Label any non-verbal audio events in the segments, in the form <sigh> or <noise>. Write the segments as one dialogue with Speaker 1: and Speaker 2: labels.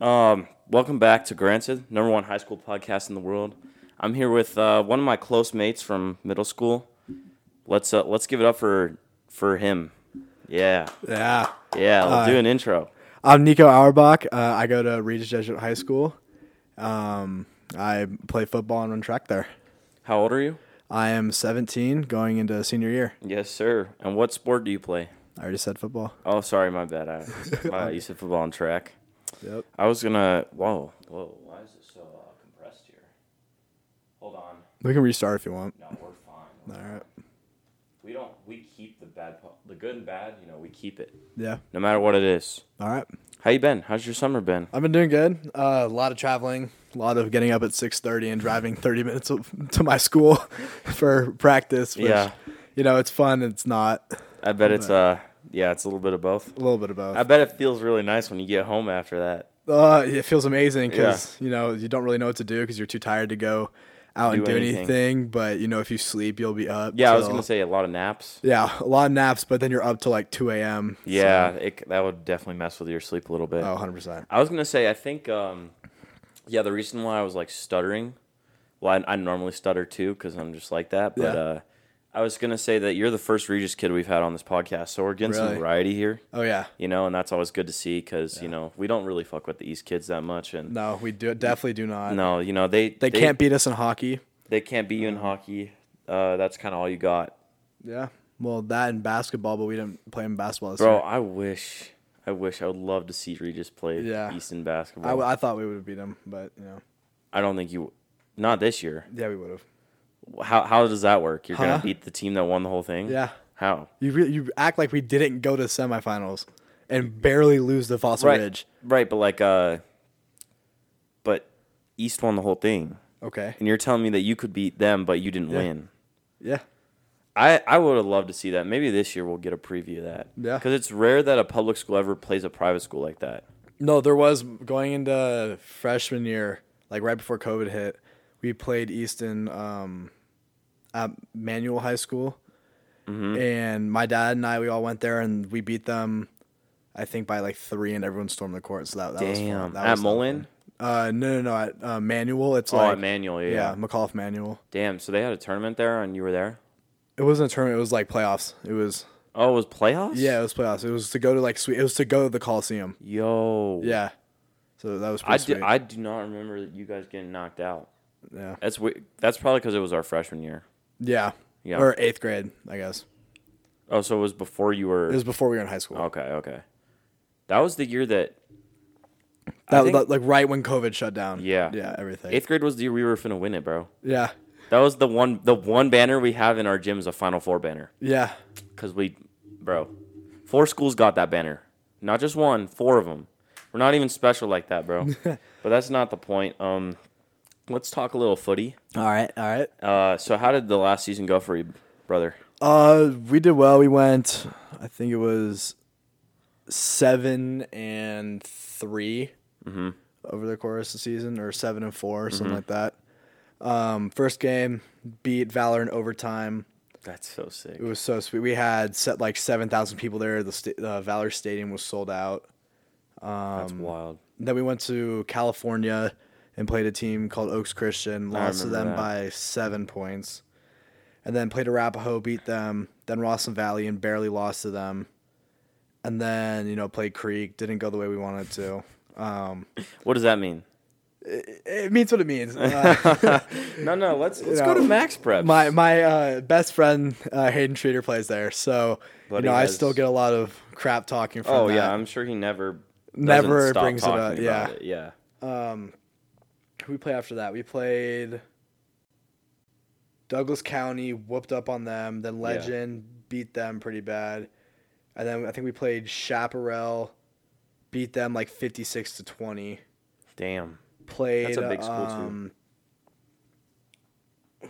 Speaker 1: Um, welcome back to Granted, number one high school podcast in the world. I'm here with uh, one of my close mates from middle school. Let's uh, let's give it up for for him. Yeah,
Speaker 2: Yeah.
Speaker 1: yeah. We'll do an intro.
Speaker 2: I'm Nico Auerbach. Uh, I go to Regis Jesuit High School. Um, I play football and run track there.
Speaker 1: How old are you?
Speaker 2: I am 17, going into senior year.
Speaker 1: Yes, sir. And what sport do you play?
Speaker 2: I already said football.
Speaker 1: Oh, sorry, my bad. I, uh, you said football and track.
Speaker 2: Yep.
Speaker 1: I was gonna. Whoa, whoa. Why is it so uh, compressed here? Hold on.
Speaker 2: We can restart if you want.
Speaker 1: No, we're fine.
Speaker 2: All right.
Speaker 1: We don't. We keep the bad, po- the good and bad. You know, we keep it
Speaker 2: Yeah.
Speaker 1: no matter what it is.
Speaker 2: All right.
Speaker 1: How you been? How's your summer been?
Speaker 2: I've been doing good. Uh, a lot of traveling, a lot of getting up at 6:30 and driving 30 minutes of- to my school <laughs> for practice. Which,
Speaker 1: Yeah.
Speaker 2: You know, it's fun. It's not
Speaker 1: I bet it's uh, yeah, it's a little bit of both.
Speaker 2: a little bit of both.
Speaker 1: I bet it feels really nice when you get home after that.
Speaker 2: Uh, it feels amazing because you know you don't really know what to do because you're too tired to go out and
Speaker 1: Do
Speaker 2: do
Speaker 1: anything.
Speaker 2: anything. But you know if you sleep, you'll be up.
Speaker 1: Yeah, I was
Speaker 2: till-
Speaker 1: gonna say a lot of naps.
Speaker 2: Yeah, a lot of naps, but then you're up till like 2 a.m. so-
Speaker 1: Yeah, it, c- that would definitely mess with your sleep a little bit.
Speaker 2: oh, 100 percent.
Speaker 1: I was gonna say I think um, yeah, the reason why I was like stuttering, well, I, I normally stutter too because I'm just like that. But
Speaker 2: Yeah.
Speaker 1: uh, I was gonna say that you're the first Regis kid we've had on this podcast, so we're getting some
Speaker 2: Really?
Speaker 1: variety here.
Speaker 2: Oh yeah.
Speaker 1: You know, and that's always good to see because you know we don't really fuck with the East kids that much, and no,
Speaker 2: No, we do definitely do not.
Speaker 1: you know they
Speaker 2: They, can't beat us in hockey.
Speaker 1: they can't beat you in
Speaker 2: Uh-huh.
Speaker 1: hockey. Uh, that's kind of all you got,
Speaker 2: Yeah. Well, that and basketball, but we didn't play in basketball this
Speaker 1: bro.
Speaker 2: year.
Speaker 1: I wish, I wish, I would love to see Regis play
Speaker 2: Yeah.
Speaker 1: Easton
Speaker 2: I,
Speaker 1: basketball. I
Speaker 2: w-
Speaker 1: w-
Speaker 2: I thought we would have beat them, but you know,
Speaker 1: I don't think you, not this year.
Speaker 2: yeah, we would have.
Speaker 1: How how does that work? You're gonna
Speaker 2: Huh?
Speaker 1: beat the team that won the whole thing.
Speaker 2: Yeah.
Speaker 1: How?
Speaker 2: You re- you act like we didn't go to semifinals and barely lose the Fossil
Speaker 1: Right.
Speaker 2: Ridge.
Speaker 1: Right, but like uh, but East won the whole thing,
Speaker 2: Okay.
Speaker 1: and you're telling me that you could beat them, but you didn't win.
Speaker 2: Yeah.
Speaker 1: I, I would have loved to see that. Maybe this year we'll get a preview of that.
Speaker 2: Yeah.
Speaker 1: Because it's rare that a public school ever plays a private school like that.
Speaker 2: No, there was going into freshman year, like right before COVID hit, we played Easton um, at Manual High School,
Speaker 1: Mm-hmm.
Speaker 2: and my dad and I we all went there and we beat them, I think by like three, and everyone stormed the court. So that, that was fun.
Speaker 1: Damn.
Speaker 2: That
Speaker 1: At
Speaker 2: was a lot of
Speaker 1: Mullen?
Speaker 2: fun. Uh, no, no, no. At uh, Manual, it's
Speaker 1: Oh,
Speaker 2: like
Speaker 1: at Manual, yeah.
Speaker 2: yeah, McAuliffe Manual.
Speaker 1: Damn. So they had a tournament there and you were there?
Speaker 2: It wasn't a tournament. It was like playoffs. It was
Speaker 1: Oh, it was playoffs?
Speaker 2: yeah, it was playoffs. It was to go to like sweet. It was to go to the Coliseum.
Speaker 1: Yo.
Speaker 2: Yeah, so that was pretty
Speaker 1: I
Speaker 2: sweet.
Speaker 1: do, I do not remember you guys getting knocked out.
Speaker 2: yeah,
Speaker 1: That's we- that's probably because it was our freshman year.
Speaker 2: yeah,
Speaker 1: Yeah.
Speaker 2: or eighth grade, I guess.
Speaker 1: Oh, so it was before you were.
Speaker 2: It was before we were in high school.
Speaker 1: okay, okay. That was the year that
Speaker 2: that,
Speaker 1: think-
Speaker 2: that- like right when COVID shut down.
Speaker 1: Yeah.
Speaker 2: Yeah, everything.
Speaker 1: eighth grade was the year we were finna win it, bro.
Speaker 2: yeah.
Speaker 1: That was the one the one banner we have in our gym is a Final Four banner.
Speaker 2: Yeah.
Speaker 1: Cause we, bro, four schools got that banner. Not just one, four of them. We're not even special like that,
Speaker 2: <laughs>
Speaker 1: bro. but that's not the point. Um, let's talk a little footy.
Speaker 2: All right. All right.
Speaker 1: Uh, so how did the last season go for you, brother?
Speaker 2: Uh, we did well. We went. I think it was seven and 3
Speaker 1: Mm-hmm.
Speaker 2: over the course of the season, or seven and 4 something like that. Um, first game beat Valor in overtime.
Speaker 1: That's so sick.
Speaker 2: It was so sweet. We had set like seven thousand people there. The sta- uh, Valor Stadium was sold out.
Speaker 1: That's wild.
Speaker 2: Then we went to California and played a team called Oaks Christian, lost to them
Speaker 1: remember
Speaker 2: by seven points. And then played Arapahoe, beat them, then Rawson Valley and barely lost to them. And then, you know, played Creek, didn't go the way we wanted to.
Speaker 1: What does that mean?
Speaker 2: It means what it means.
Speaker 1: <laughs>
Speaker 2: Uh,
Speaker 1: No, no. Let's let's
Speaker 2: Yeah.
Speaker 1: go to Max Prep.
Speaker 2: my my uh, best friend uh, Hayden Treater plays there, so
Speaker 1: But
Speaker 2: you know
Speaker 1: he
Speaker 2: I still
Speaker 1: has-
Speaker 2: get a lot of crap talking from.
Speaker 1: oh
Speaker 2: that.
Speaker 1: yeah, I'm sure he never
Speaker 2: uh,
Speaker 1: doesn't
Speaker 2: Never
Speaker 1: stop
Speaker 2: brings it
Speaker 1: talking
Speaker 2: up,
Speaker 1: about
Speaker 2: yeah.
Speaker 1: it. yeah.
Speaker 2: Um, Who we play after that? We played Douglas County, whooped up on them. Then Legend beat them pretty bad, and then I think we played Chaparral, beat them like fifty six to twenty.
Speaker 1: Damn.
Speaker 2: Played
Speaker 1: That's a big school, too.
Speaker 2: um,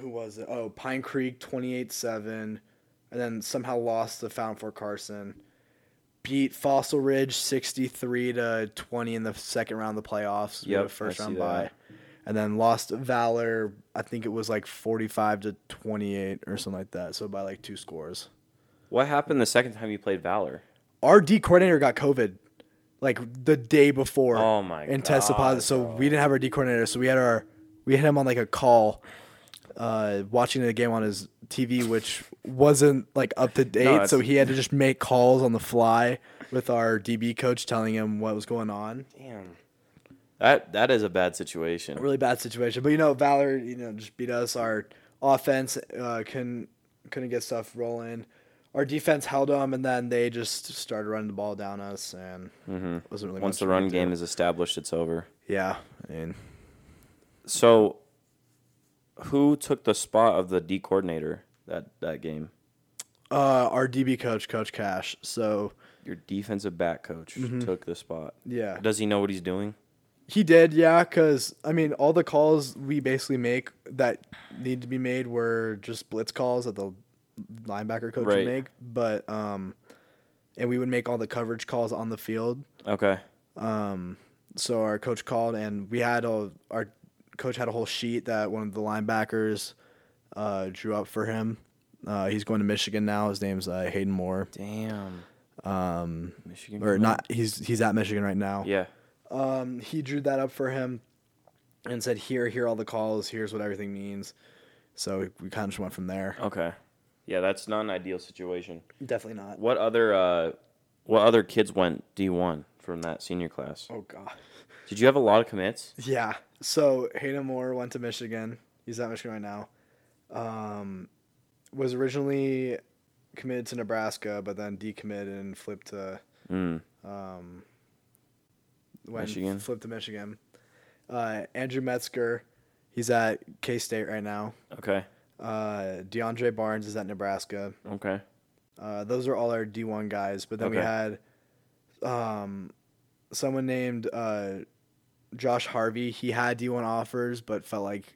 Speaker 2: Who was it? Oh, Pine Creek twenty eight seven, and then somehow lost to Fountain Fort Carson. Beat Fossil Ridge sixty three to twenty in the second round of the playoffs. We
Speaker 1: Yep,
Speaker 2: had a first
Speaker 1: I see
Speaker 2: round
Speaker 1: that.
Speaker 2: bye and then lost to Valor. I think it was like 45 to 28 or something like that. So by like two scores.
Speaker 1: What happened the second time you played Valor?
Speaker 2: Our D coordinator got COVID. like the day before.
Speaker 1: Oh my
Speaker 2: And test
Speaker 1: God,
Speaker 2: deposit. So we didn't have our D coordinator. So we had our we had him on like a call, uh, watching the game on his TV, which wasn't like up to date.
Speaker 1: it's-
Speaker 2: so he had to just make calls on the fly with our DB coach, telling him what was going on.
Speaker 1: Damn. That that is a bad situation.
Speaker 2: really bad situation. But you know, Valor, you know, just beat us. Our offense uh, couldn't couldn't get stuff rolling. Our defense held them, and then they just started running the ball down us, and it wasn't really
Speaker 1: Mm-hmm. Once
Speaker 2: much
Speaker 1: the
Speaker 2: we
Speaker 1: run
Speaker 2: could
Speaker 1: game is established, it's over.
Speaker 2: do. Yeah, I mean,
Speaker 1: So, who took the spot of the D coordinator that that game?
Speaker 2: uh, our DB coach, Coach Cash. So
Speaker 1: Your defensive back coach took the spot.
Speaker 2: Mm-hmm. yeah,
Speaker 1: Does he know what he's doing?
Speaker 2: he did. Yeah, because I mean, all the calls we basically make that need to be made were just blitz calls that the linebacker coach
Speaker 1: Right.
Speaker 2: would make, but um, and we would make all the coverage calls on the field.
Speaker 1: Okay.
Speaker 2: so our coach called and we had a our coach had a whole sheet that one of the linebackers uh, drew up for him. Uh, he's going to Michigan now. His name's uh, Hayden Moore,
Speaker 1: Damn. Um, Michigan.
Speaker 2: or not? He's he's at Michigan right now.
Speaker 1: Yeah.
Speaker 2: Um, he drew that up for him and said, "Here, here, are all the calls. Here's what everything means." So we, we kind of just went from there.
Speaker 1: Okay. Yeah, that's not an ideal situation.
Speaker 2: Definitely not.
Speaker 1: What other uh, what other kids went D one from that senior class?
Speaker 2: Oh god.
Speaker 1: Did you have a lot of commits?
Speaker 2: Yeah. So Hayden Moore went to Michigan. He's at Michigan right now. Um, was originally committed to Nebraska, but then decommitted and flipped to
Speaker 1: Mm.
Speaker 2: went
Speaker 1: Michigan.
Speaker 2: Flipped to Michigan. Uh, Andrew Metzger, he's at K State right now.
Speaker 1: Okay.
Speaker 2: Uh, DeAndre Barnes is at Nebraska.
Speaker 1: Okay.
Speaker 2: Uh, those are all our D one guys. But then we
Speaker 1: Okay.
Speaker 2: had um, someone named uh, Josh Harvey. He had D one offers, but felt like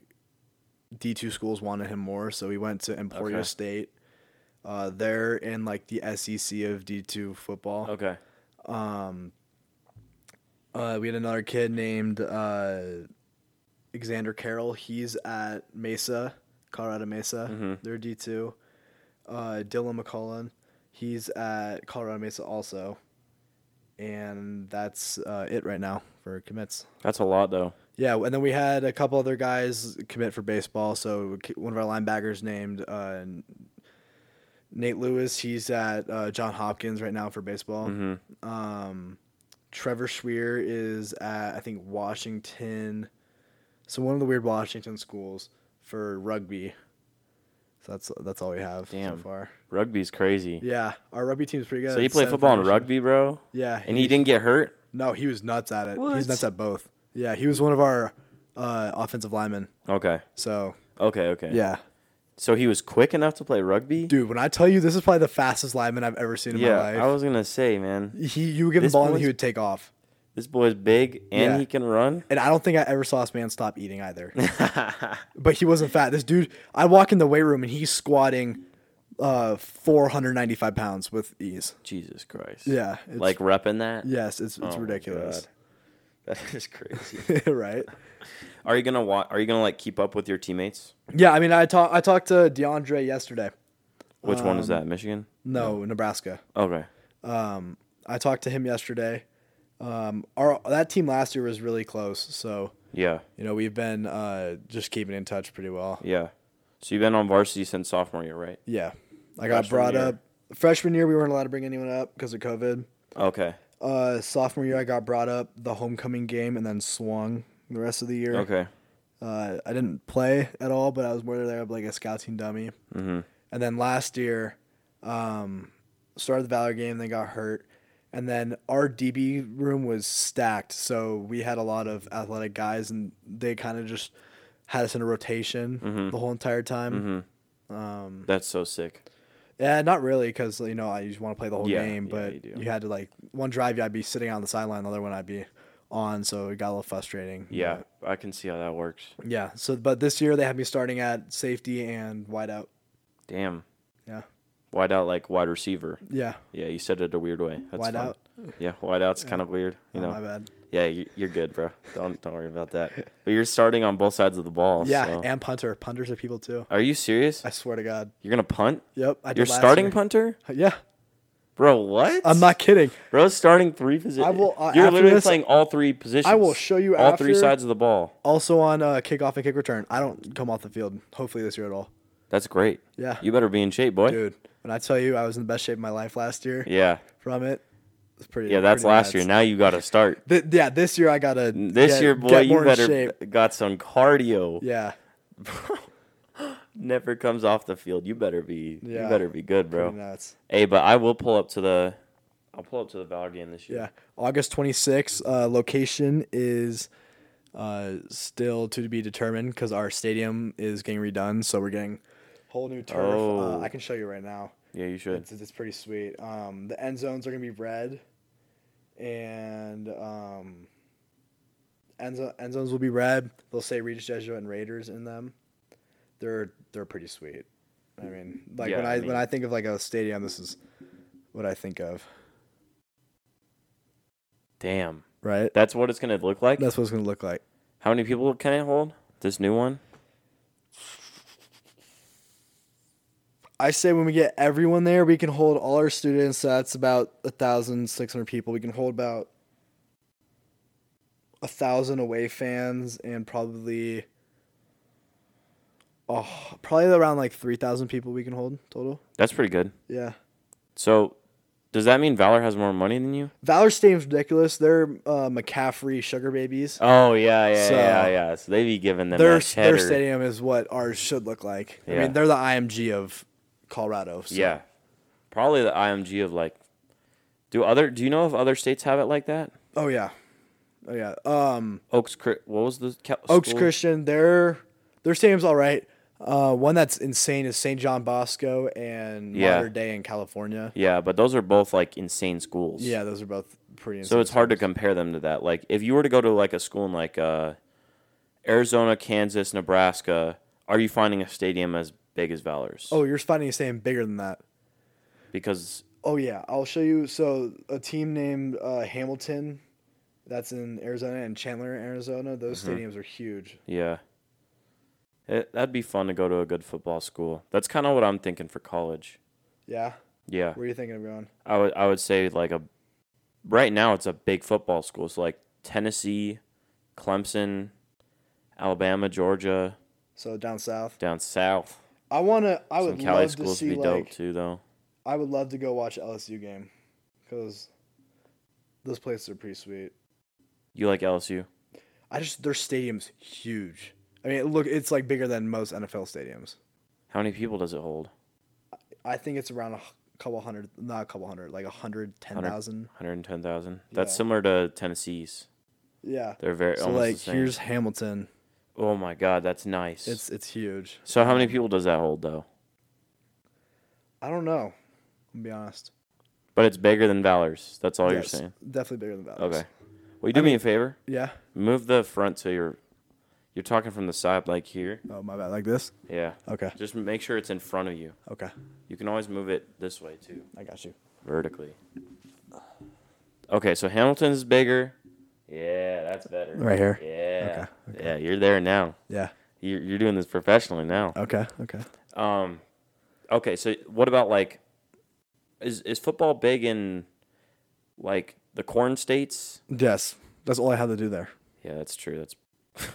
Speaker 2: D two schools wanted him more, so he went to Emporia
Speaker 1: Okay.
Speaker 2: State. Uh, they're in like the SEC of D two football.
Speaker 1: Okay.
Speaker 2: Um, Uh, we had another kid named uh, Xander Carroll. He's at Mesa, Colorado Mesa.
Speaker 1: Mm-hmm.
Speaker 2: They're D two. Uh, Dylan McCullen. He's at Colorado Mesa also, and that's uh, it right now for commits.
Speaker 1: That's a lot though.
Speaker 2: Yeah, and then we had a couple other guys commit for baseball. So one of our linebackers named uh, Nate Lewis. He's at uh, John Hopkins right now for baseball.
Speaker 1: Mm-hmm.
Speaker 2: Um, Trevor Schweer is at I think Washington, so one of the weird Washington schools for rugby. So that's that's all we have
Speaker 1: Damn.
Speaker 2: so far.
Speaker 1: Rugby's crazy.
Speaker 2: Yeah, our rugby team's pretty good.
Speaker 1: so you
Speaker 2: It's
Speaker 1: play
Speaker 2: seven
Speaker 1: football and
Speaker 2: formation.
Speaker 1: rugby, bro?
Speaker 2: Yeah,
Speaker 1: And he didn't get hurt?
Speaker 2: no, he was nuts at it.
Speaker 1: What?
Speaker 2: He's nuts at both. Yeah, he was one of our uh, offensive linemen.
Speaker 1: Okay.
Speaker 2: So
Speaker 1: Okay, okay.
Speaker 2: yeah,
Speaker 1: So he was quick enough to play rugby?
Speaker 2: dude, when I tell you this is probably the fastest lineman I've ever seen in
Speaker 1: yeah,
Speaker 2: my
Speaker 1: I
Speaker 2: life.
Speaker 1: was gonna say, man,
Speaker 2: he, you would give him
Speaker 1: This
Speaker 2: the ball and he
Speaker 1: boy's-
Speaker 2: would take off.
Speaker 1: this boy's big and
Speaker 2: Yeah.
Speaker 1: he can
Speaker 2: <laughs>
Speaker 1: run.
Speaker 2: And I don't think I ever saw this man stop
Speaker 1: <laughs>
Speaker 2: eating either. but he wasn't fat. This dude, I walk in the weight room and he's squatting uh, 495 pounds with ease.
Speaker 1: Jesus Christ.
Speaker 2: Yeah, it's-
Speaker 1: like repping that?
Speaker 2: Yes, it's it's
Speaker 1: Oh my
Speaker 2: ridiculous, <laughs>
Speaker 1: God. That is crazy.
Speaker 2: right?
Speaker 1: <laughs> are you gonna wa- are you gonna like keep up with your teammates?
Speaker 2: Yeah, I mean, I talked I talked to DeAndre yesterday.
Speaker 1: Which one was
Speaker 2: Um,
Speaker 1: that? Michigan?
Speaker 2: No, Nebraska.
Speaker 1: Okay.
Speaker 2: Um, I talked to him yesterday. Um, our that team last year was really close, so
Speaker 1: Yeah.
Speaker 2: you know we've been uh, just keeping in touch pretty well.
Speaker 1: Yeah. So you've been on varsity since sophomore year, right?
Speaker 2: Yeah, I got
Speaker 1: Freshman
Speaker 2: brought
Speaker 1: year.
Speaker 2: up freshman year. We weren't allowed to bring anyone up because of COVID.
Speaker 1: Okay.
Speaker 2: Uh, sophomore year, I got brought up the homecoming game and then swung the rest of the year.
Speaker 1: Okay.
Speaker 2: Uh, I didn't play at all, but I was more there like a scout team dummy. Mm-hmm. And then last year, um, started the Valor game, then got hurt. And then our DB room was stacked, so we had a lot of athletic guys, and they kind of just had us in a rotation the whole entire time. Mm.
Speaker 1: That's so sick.
Speaker 2: Yeah, not really, because you know I just want to play the whole
Speaker 1: Yeah,
Speaker 2: game,
Speaker 1: yeah,
Speaker 2: but
Speaker 1: you do.
Speaker 2: you, had to like one drive, I'd be sitting on the sideline, the other one I'd be on, so it got a little frustrating.
Speaker 1: Yeah, I can see how that works.
Speaker 2: But- yeah. So, but this year they had me starting at safety and wideout.
Speaker 1: Damn.
Speaker 2: Yeah,
Speaker 1: Wide out like wide receiver.
Speaker 2: yeah.
Speaker 1: Yeah, you said it a weird way. That's
Speaker 2: Wide
Speaker 1: fun.
Speaker 2: out?
Speaker 1: Yeah, wide out's kind of weird. You
Speaker 2: Oh,
Speaker 1: know.
Speaker 2: my bad.
Speaker 1: Yeah, you- you're good,
Speaker 2: <laughs>
Speaker 1: bro. Don't don't worry about that. But you're starting on both sides of the ball.
Speaker 2: Yeah,
Speaker 1: so-
Speaker 2: and punter. Punters are people too.
Speaker 1: Are you serious?
Speaker 2: I swear to God.
Speaker 1: You're gonna punt?
Speaker 2: Yep. I did
Speaker 1: You're
Speaker 2: last
Speaker 1: starting
Speaker 2: year.
Speaker 1: punter,
Speaker 2: <laughs> Yeah.
Speaker 1: Bro, what?
Speaker 2: I'm not kidding.
Speaker 1: Bro, starting three positions.
Speaker 2: I will, uh,
Speaker 1: You're
Speaker 2: after
Speaker 1: literally
Speaker 2: this,
Speaker 1: playing all three positions.
Speaker 2: I will show you
Speaker 1: all three
Speaker 2: after-
Speaker 1: sides of the ball.
Speaker 2: Also on uh, kickoff and kick return. I don't come off the field. Hopefully this year at all,
Speaker 1: That's great.
Speaker 2: Yeah.
Speaker 1: You better be in shape, boy.
Speaker 2: dude. When I tell you I was in the best shape of my life last year
Speaker 1: Yeah.
Speaker 2: from it, it's pretty.
Speaker 1: Yeah, that's
Speaker 2: pretty
Speaker 1: last year.
Speaker 2: nuts.
Speaker 1: Now you got to start.
Speaker 2: Th- yeah, this year I gotta
Speaker 1: This
Speaker 2: get-
Speaker 1: year,
Speaker 2: get
Speaker 1: boy, you
Speaker 2: more in
Speaker 1: better
Speaker 2: shape.
Speaker 1: got some cardio.
Speaker 2: Yeah,
Speaker 1: Never comes off the field. You better be. You
Speaker 2: Yeah.
Speaker 1: better be good, bro.
Speaker 2: pretty nuts.
Speaker 1: Hey, but I will pull up to the. I'll pull up to the Valor game this year.
Speaker 2: Yeah, August 26th. Uh, location is uh, still to be determined because our stadium is getting redone, so we're getting whole new turf.
Speaker 1: Oh.
Speaker 2: Uh, I can show you right now.
Speaker 1: Yeah, you should.
Speaker 2: It's, it's pretty sweet. Um, the end zones are gonna be red, and um, end, zo- end zones will be red. They'll say Regis Jesuit and Raiders in them. They're they're pretty sweet. I mean, like when
Speaker 1: Yeah,
Speaker 2: I,
Speaker 1: I mean-
Speaker 2: when I think of like a stadium, this is what I think of,
Speaker 1: Damn.
Speaker 2: right?
Speaker 1: That's what it's gonna look like.
Speaker 2: That's what it's gonna look like.
Speaker 1: How many people can it hold? This new one.
Speaker 2: I say when we get everyone there, we can hold all our students. That's about a thousand six hundred people. We can hold about a thousand away fans and probably oh, probably around like three thousand people we can hold total.
Speaker 1: That's pretty good.
Speaker 2: Yeah,
Speaker 1: So, does that mean Valor has more money than you?
Speaker 2: Valor Stadium's ridiculous. They're uh, McCaffrey sugar babies.
Speaker 1: Oh yeah, yeah,
Speaker 2: So-
Speaker 1: yeah, yeah. So they be giving them
Speaker 2: their
Speaker 1: that cheddar.
Speaker 2: their stadium is what ours should look like. I
Speaker 1: Yeah.
Speaker 2: mean, they're the IMG of Colorado. So.
Speaker 1: Yeah, probably the IMG of like. Do other? Do you know if other states have it like that?
Speaker 2: Oh yeah. Oh yeah. Um.
Speaker 1: Oaks. Cri- What was the ca-
Speaker 2: Oaks
Speaker 1: school?
Speaker 2: Christian, their their stadium's all right. Uh, one that's insane is St. John Bosco and
Speaker 1: Yeah.
Speaker 2: Modern Day in California.
Speaker 1: Yeah, but those are both like insane schools.
Speaker 2: Yeah, those are both pretty. Insane
Speaker 1: So it's hard to compare them to that. Like if you were to go to like a school in like uh, Arizona, Kansas, Nebraska, are you finding a stadium as big as Valor's?
Speaker 2: Oh, you're finding a stadium bigger than that.
Speaker 1: because
Speaker 2: Oh yeah, I'll show you. So a team named uh, Hamilton, that's in Arizona, and Chandler, Arizona. Those
Speaker 1: Mm-hmm.
Speaker 2: stadiums are huge.
Speaker 1: yeah, it, that'd be fun to go to a good football school. That's kind of what I'm thinking for college.
Speaker 2: Yeah.
Speaker 1: Yeah,
Speaker 2: Where are you thinking of going?
Speaker 1: I would I would say like a right now it's a big football school. It's like Tennessee, Clemson, Alabama, Georgia,
Speaker 2: So down south.
Speaker 1: down south.
Speaker 2: I wanna. I
Speaker 1: Some
Speaker 2: would
Speaker 1: Cali
Speaker 2: love to
Speaker 1: schools
Speaker 2: see
Speaker 1: would be
Speaker 2: like.
Speaker 1: dope too, though.
Speaker 2: I would love to go watch LSU game, because those places are pretty sweet.
Speaker 1: You like LSU?
Speaker 2: I just their stadium's huge. I mean, look, it's like bigger than most NFL stadiums.
Speaker 1: How many people does it hold?
Speaker 2: I think it's around a h- couple hundred, not a couple hundred, like a hundred ten thousand.
Speaker 1: 110,000. That's
Speaker 2: Yeah.
Speaker 1: similar to Tennessee's.
Speaker 2: Yeah.
Speaker 1: They're very
Speaker 2: So
Speaker 1: almost
Speaker 2: like,
Speaker 1: the same.
Speaker 2: here's Hamilton.
Speaker 1: oh my god, that's nice.
Speaker 2: It's it's huge.
Speaker 1: so how many people does that hold though?
Speaker 2: I don't know. I'm gonna be honest.
Speaker 1: But it's bigger than Valor's. That's all
Speaker 2: Yes,
Speaker 1: Oh, you're saying.
Speaker 2: Definitely bigger than Valor's.
Speaker 1: Okay. Will you do me a favor?
Speaker 2: Yeah.
Speaker 1: Move the front to your. You're talking from the side, like here.
Speaker 2: Oh my bad. Like this.
Speaker 1: Yeah.
Speaker 2: Okay.
Speaker 1: Just make sure it's in front of you.
Speaker 2: Okay.
Speaker 1: You can always move it this way too,
Speaker 2: I got you.
Speaker 1: vertically. Okay, so Hamilton's bigger. Yeah, that's better.
Speaker 2: Right here?
Speaker 1: Yeah.
Speaker 2: Okay,
Speaker 1: Yeah, you're there now.
Speaker 2: Yeah.
Speaker 1: You're, you're doing this professionally now.
Speaker 2: Okay. Okay.
Speaker 1: Um, okay, so what about like, is is football big in like the corn states?
Speaker 2: Yes. That's all I had to do there.
Speaker 1: Yeah, that's true. That's <laughs>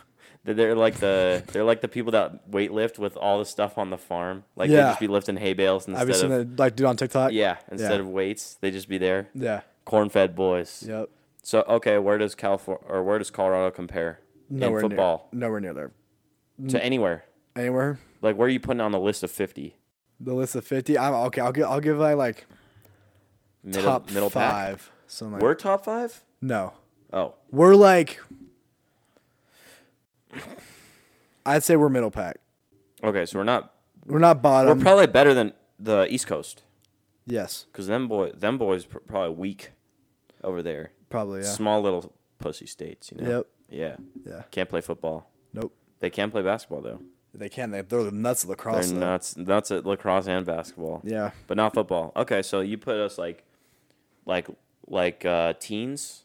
Speaker 1: they're- they're like the they're like the people that weight lift with all the stuff on the farm. Like they
Speaker 2: Yeah.
Speaker 1: just be lifting hay bales
Speaker 2: Have you
Speaker 1: instead
Speaker 2: seen
Speaker 1: of
Speaker 2: that like dude on TikTok?
Speaker 1: yeah instead
Speaker 2: Yeah.
Speaker 1: of weights. They just be there.
Speaker 2: Yeah.
Speaker 1: Corn fed boys.
Speaker 2: Yep.
Speaker 1: So okay, where does California or where does Colorado compare
Speaker 2: Nowhere
Speaker 1: in football
Speaker 2: near. Mm. Nowhere near there.
Speaker 1: to anywhere?
Speaker 2: Anywhere.
Speaker 1: Like where are you putting on the list of fifty?
Speaker 2: The list of fifty. I'm okay. I'll give. I'll give I like
Speaker 1: Middle
Speaker 2: top
Speaker 1: middle pack.
Speaker 2: five. So I'm like,
Speaker 1: We're top five.
Speaker 2: no,
Speaker 1: Oh,
Speaker 2: we're like, I'd say we're middle pack.
Speaker 1: okay. So we're not
Speaker 2: We're not bottom.
Speaker 1: We're probably better than the East Coast
Speaker 2: yes,
Speaker 1: because them boy, them boys pr- probably weak over there.
Speaker 2: probably. Yeah.
Speaker 1: Small little pussy states, you know.
Speaker 2: Yep.
Speaker 1: Yeah.
Speaker 2: Yeah.
Speaker 1: Can't play football.
Speaker 2: Nope.
Speaker 1: They can play basketball though.
Speaker 2: They can. They, they're the nuts of
Speaker 1: They're
Speaker 2: lacrosse. though.
Speaker 1: nuts, nuts at lacrosse and basketball.
Speaker 2: Yeah.
Speaker 1: But not football. Okay, so you put us like, like, like uh, teens.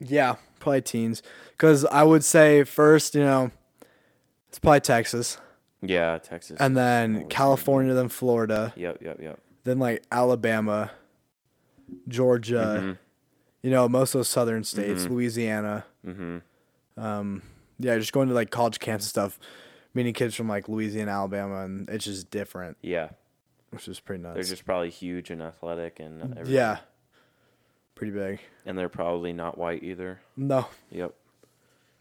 Speaker 2: Yeah. Probably teens. Because I would say first, you know, it's probably Texas,
Speaker 1: Yeah, Texas.
Speaker 2: and then California, then Florida,
Speaker 1: yep, yep, yep.
Speaker 2: then like Alabama, Georgia,
Speaker 1: Mm-hmm.
Speaker 2: you know, most of those southern states, Louisiana. Um,
Speaker 1: Mm-hmm.
Speaker 2: yeah, just going to like college camps and stuff, meeting kids from like Louisiana, Alabama, and it's just different,
Speaker 1: Yeah,
Speaker 2: which is pretty
Speaker 1: they're
Speaker 2: nuts.
Speaker 1: just probably huge and athletic and everything.
Speaker 2: Mm, yeah, pretty big.
Speaker 1: and they're probably not white either.
Speaker 2: No,
Speaker 1: Yep.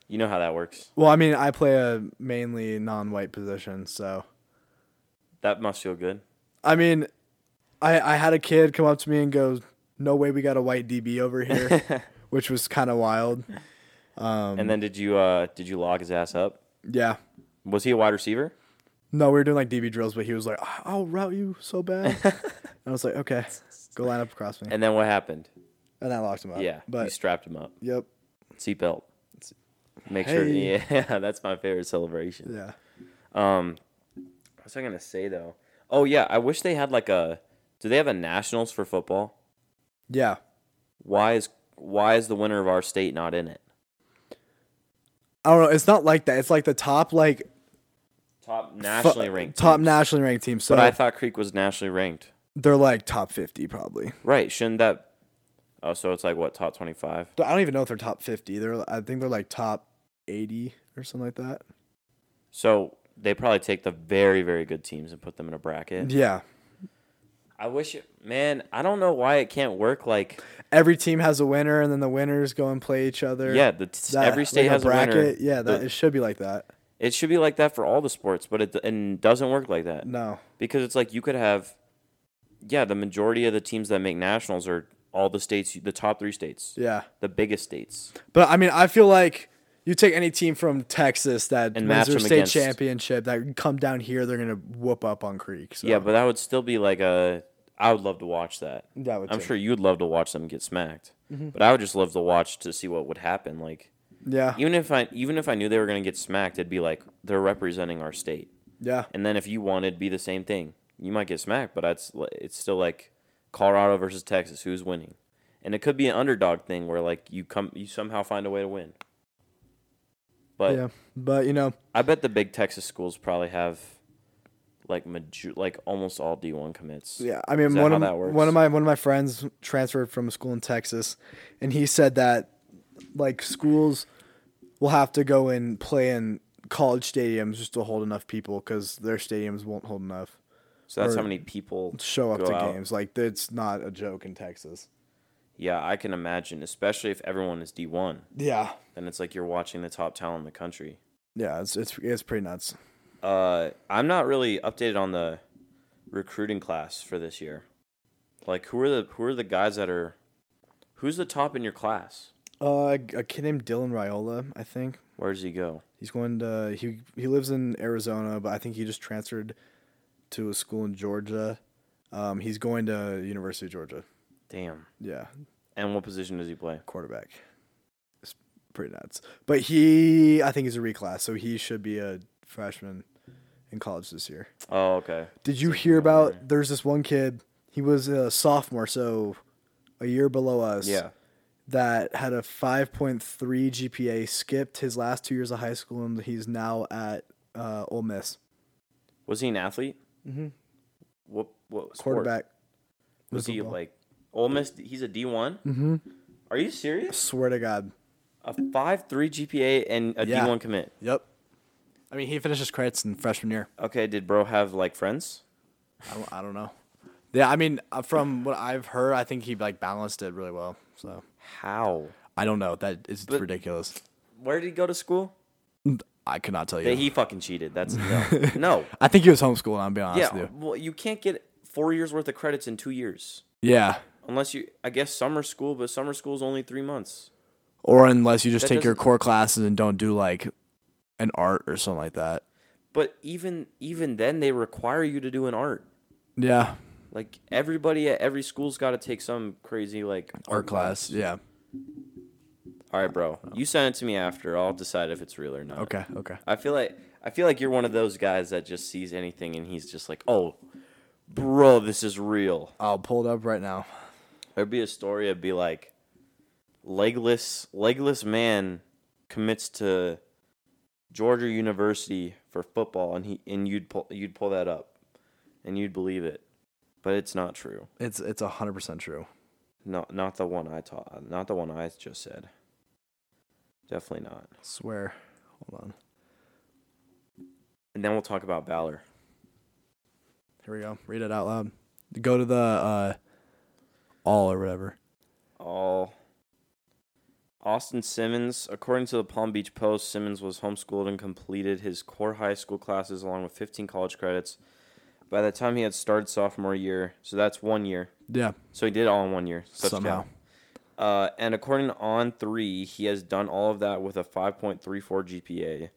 Speaker 1: You know how that works.
Speaker 2: well, I mean, I play a mainly non-white position, so
Speaker 1: That must feel good.
Speaker 2: I mean, I I had a kid come up to me and go, "No way, we got a white DB
Speaker 1: <laughs>
Speaker 2: over here," which was kind of wild. Um,
Speaker 1: and then did you uh did you log his ass up?
Speaker 2: Yeah.
Speaker 1: Was he a wide
Speaker 2: <laughs>
Speaker 1: receiver?
Speaker 2: No, we were doing like DB drills, but he was like, "I- "I'll route you
Speaker 1: <laughs>
Speaker 2: so bad." and I was like, "Okay, go line up across me,"
Speaker 1: And then what happened?
Speaker 2: and I locked him up.
Speaker 1: Yeah, you
Speaker 2: Uh, but
Speaker 1: strapped him up.
Speaker 2: yep,
Speaker 1: Seatbelt. Make sure.
Speaker 2: Hey.
Speaker 1: Yeah, <laughs> that's my favorite celebration.
Speaker 2: yeah,
Speaker 1: Um, What was I gonna say though? Oh yeah, I wish they had like a. Do they have a nationals for football?
Speaker 2: yeah.
Speaker 1: Why is why is the winner of our state not in it?
Speaker 2: I don't know. It's not like that. It's like the top like
Speaker 1: Top
Speaker 2: fu-
Speaker 1: nationally ranked.
Speaker 2: top
Speaker 1: teams.
Speaker 2: nationally ranked team. So
Speaker 1: But I thought Creek was nationally ranked.
Speaker 2: they're like top fifty probably.
Speaker 1: Right? Shouldn't that? Oh, so it's like what top twenty five?
Speaker 2: I don't even know if they're top fifty. They're I think they're like top eighty or something like that.
Speaker 1: So they probably take the very very good teams and put them in a bracket.
Speaker 2: Yeah,
Speaker 1: I wish, it, man. I don't know why it can't work like.
Speaker 2: every team has a winner, and then the winners go and play each other.
Speaker 1: Yeah, the t-
Speaker 2: That-
Speaker 1: every state
Speaker 2: like
Speaker 1: has a, winner.
Speaker 2: Yeah, that,
Speaker 1: The-
Speaker 2: it should be like that.
Speaker 1: it should be like that for all the sports, but it and doesn't work like that
Speaker 2: No,
Speaker 1: because it's like you could have, yeah, the majority of the teams that make nationals are all the states, the top three states,
Speaker 2: yeah.
Speaker 1: the biggest states.
Speaker 2: But I mean, I feel like you take any team from Texas that
Speaker 1: And match
Speaker 2: wins their
Speaker 1: them
Speaker 2: state
Speaker 1: against-
Speaker 2: championship that come down here, they're gonna whoop up on Creek. So.
Speaker 1: Yeah, but that would still be like a. I would love to watch that.
Speaker 2: That would
Speaker 1: I'm
Speaker 2: too. Mm-hmm.
Speaker 1: sure you'd love to watch them get smacked, but I would just love to watch to see what would happen. Like
Speaker 2: yeah,
Speaker 1: even if I even if I knew they were gonna get smacked, it'd be like they're representing our state.
Speaker 2: yeah,
Speaker 1: And then if you won, it'd be the same thing. You might get smacked, but that's it's still like Colorado versus Texas. Who's winning? And it could be an underdog thing where like you come you somehow find a way to win. But
Speaker 2: yeah. But you know,
Speaker 1: I bet the big Texas schools probably have like major, like almost all D one commits.
Speaker 2: yeah. I mean,
Speaker 1: Is that
Speaker 2: one
Speaker 1: how
Speaker 2: of
Speaker 1: that works?
Speaker 2: one of my one of my friends transferred from a school in Texas, and he said that like schools will have to go and play in college stadiums just to hold enough people because their stadiums won't hold enough
Speaker 1: So that's
Speaker 2: or
Speaker 1: how many people
Speaker 2: show up
Speaker 1: go
Speaker 2: to
Speaker 1: out.
Speaker 2: games. Like it's not a joke in Texas.
Speaker 1: Yeah, I can imagine, especially if everyone is D one,
Speaker 2: Yeah,
Speaker 1: then it's like you're watching the top talent in the country.
Speaker 2: yeah. It's it's it's pretty nuts.
Speaker 1: Uh, I'm not really updated on the recruiting class for this year. Like, who are the who are the guys that are? Who's the top in your class?
Speaker 2: Uh, a kid named Dylan Raiola, I think.
Speaker 1: Where does he go?
Speaker 2: He's going to he he lives in Arizona, but I think he just transferred to a school in Georgia. Um, he's going to University of Georgia.
Speaker 1: Damn.
Speaker 2: Yeah,
Speaker 1: And what position does he play?
Speaker 2: quarterback. It's pretty nuts. But he, I think he's a reclass, so he should be a freshman in college this year.
Speaker 1: Oh, okay.
Speaker 2: Did you hear about? There's this one kid. He was a sophomore, so a year below us.
Speaker 1: Yeah.
Speaker 2: that had a 5.3 GPA, skipped his last two years of high school, and he's now at uh, Ole Miss.
Speaker 1: Was he an athlete? Mm-hmm. What what sport?
Speaker 2: Quarterback.
Speaker 1: Was he
Speaker 2: football.
Speaker 1: like Ole Miss? He's a D one. Mm-hmm. Are you serious?
Speaker 2: Swear to God.
Speaker 1: A five three GPA and a
Speaker 2: Yeah.
Speaker 1: one commit.
Speaker 2: Yep. I mean, he finished his credits in freshman year.
Speaker 1: Okay, did bro have like friends?
Speaker 2: I don't, I don't know. Yeah, I mean, uh, from what I've heard, I think he like balanced it really well. So
Speaker 1: How?
Speaker 2: I don't know. That is ridiculous.
Speaker 1: Where did he go to school?
Speaker 2: I could not tell
Speaker 1: That
Speaker 2: you.
Speaker 1: He fucking cheated. That's no, no.
Speaker 2: I think he was homeschooling. I'll be honest
Speaker 1: Yeah,
Speaker 2: with you.
Speaker 1: well, you can't get four years worth of credits in two years
Speaker 2: Yeah.
Speaker 1: unless you, I guess, summer school. But summer school's only three months.
Speaker 2: Or unless you just
Speaker 1: That
Speaker 2: take your core classes and don't do like an art or something like that.
Speaker 1: But even even then, they require you to do an art.
Speaker 2: Yeah.
Speaker 1: Like everybody at every school's got to take some crazy like
Speaker 2: Art class. Yeah.
Speaker 1: All right, bro, you send it to me after. I'll decide if it's real or not.
Speaker 2: Okay. Okay.
Speaker 1: I feel like I feel like you're one of those guys that just sees anything and he's just like, oh, bro, this is real.
Speaker 2: I'll pull it up right now.
Speaker 1: There'd be a story. It'd be like legless legless man commits to Georgia University for football, and he and you'd pull you'd pull that up, and you'd believe it, but it's not true.
Speaker 2: It's it's hundred percent true.
Speaker 1: No, not the one I taught. Not the one I just said. Definitely not.
Speaker 2: Swear. Hold on.
Speaker 1: And then we'll talk about Balor.
Speaker 2: Here we go. Read it out loud. Go to the uh, all or whatever.
Speaker 1: all. Austin Simmons, according to the Palm Beach Post, Simmons was homeschooled and completed his core high school classes along with 15 college credits by the time he had started sophomore year. So that's one year.
Speaker 2: Yeah.
Speaker 1: So he did all in one year. So that's
Speaker 2: Somehow.
Speaker 1: count. Uh, and according to On Three, he has done all of that with a 5.34 GPA,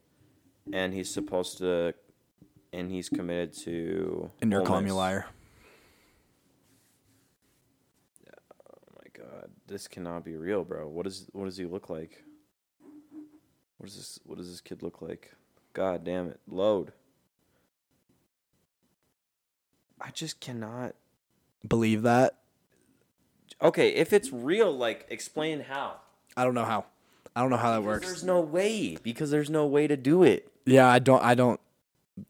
Speaker 1: and he's supposed to, and he's committed to.
Speaker 2: And you're
Speaker 1: Ole
Speaker 2: calling me a
Speaker 1: Miss.
Speaker 2: liar.
Speaker 1: Oh my god, this cannot be real, bro. What is what does he look like? What is this? What does this kid look like? God damn it, load. I just cannot.
Speaker 2: Believe that?
Speaker 1: Okay, if it's real, like explain how.
Speaker 2: I don't know how. I don't know how that
Speaker 1: 'Cause
Speaker 2: works.
Speaker 1: There's no way because there's no way to do it.
Speaker 2: Yeah, I don't. I don't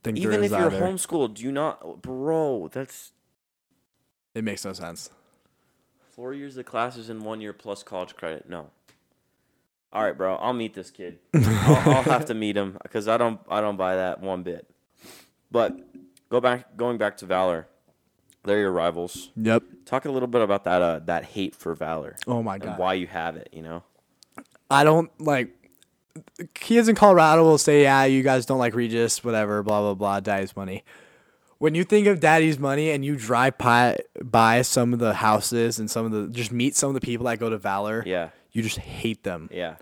Speaker 2: think
Speaker 1: Even
Speaker 2: there
Speaker 1: if
Speaker 2: is
Speaker 1: you're
Speaker 2: either.
Speaker 1: homeschooled, do you not, bro? That's
Speaker 2: It makes no sense.
Speaker 1: four years of classes and one year plus college credit. No. All right, bro. I'll meet this kid. I'll, I'll
Speaker 2: <laughs>
Speaker 1: have to meet him because I don't. I don't buy that one bit. But go back. Going back to Valor, they're your rivals.
Speaker 2: Yep.
Speaker 1: Talk a little bit about that. Uh, that hate for Valor
Speaker 2: Oh my
Speaker 1: and
Speaker 2: god.
Speaker 1: why you have it. You know.
Speaker 2: I don't like. Kids in Colorado will say, "Yeah, you guys don't like Regis, whatever, blah blah blah." Daddy's money. When you think of Daddy's money and you drive by, by some of the houses and some of the just meet some of the people that go to Valor,
Speaker 1: Yeah.
Speaker 2: you just hate them.
Speaker 1: Yeah.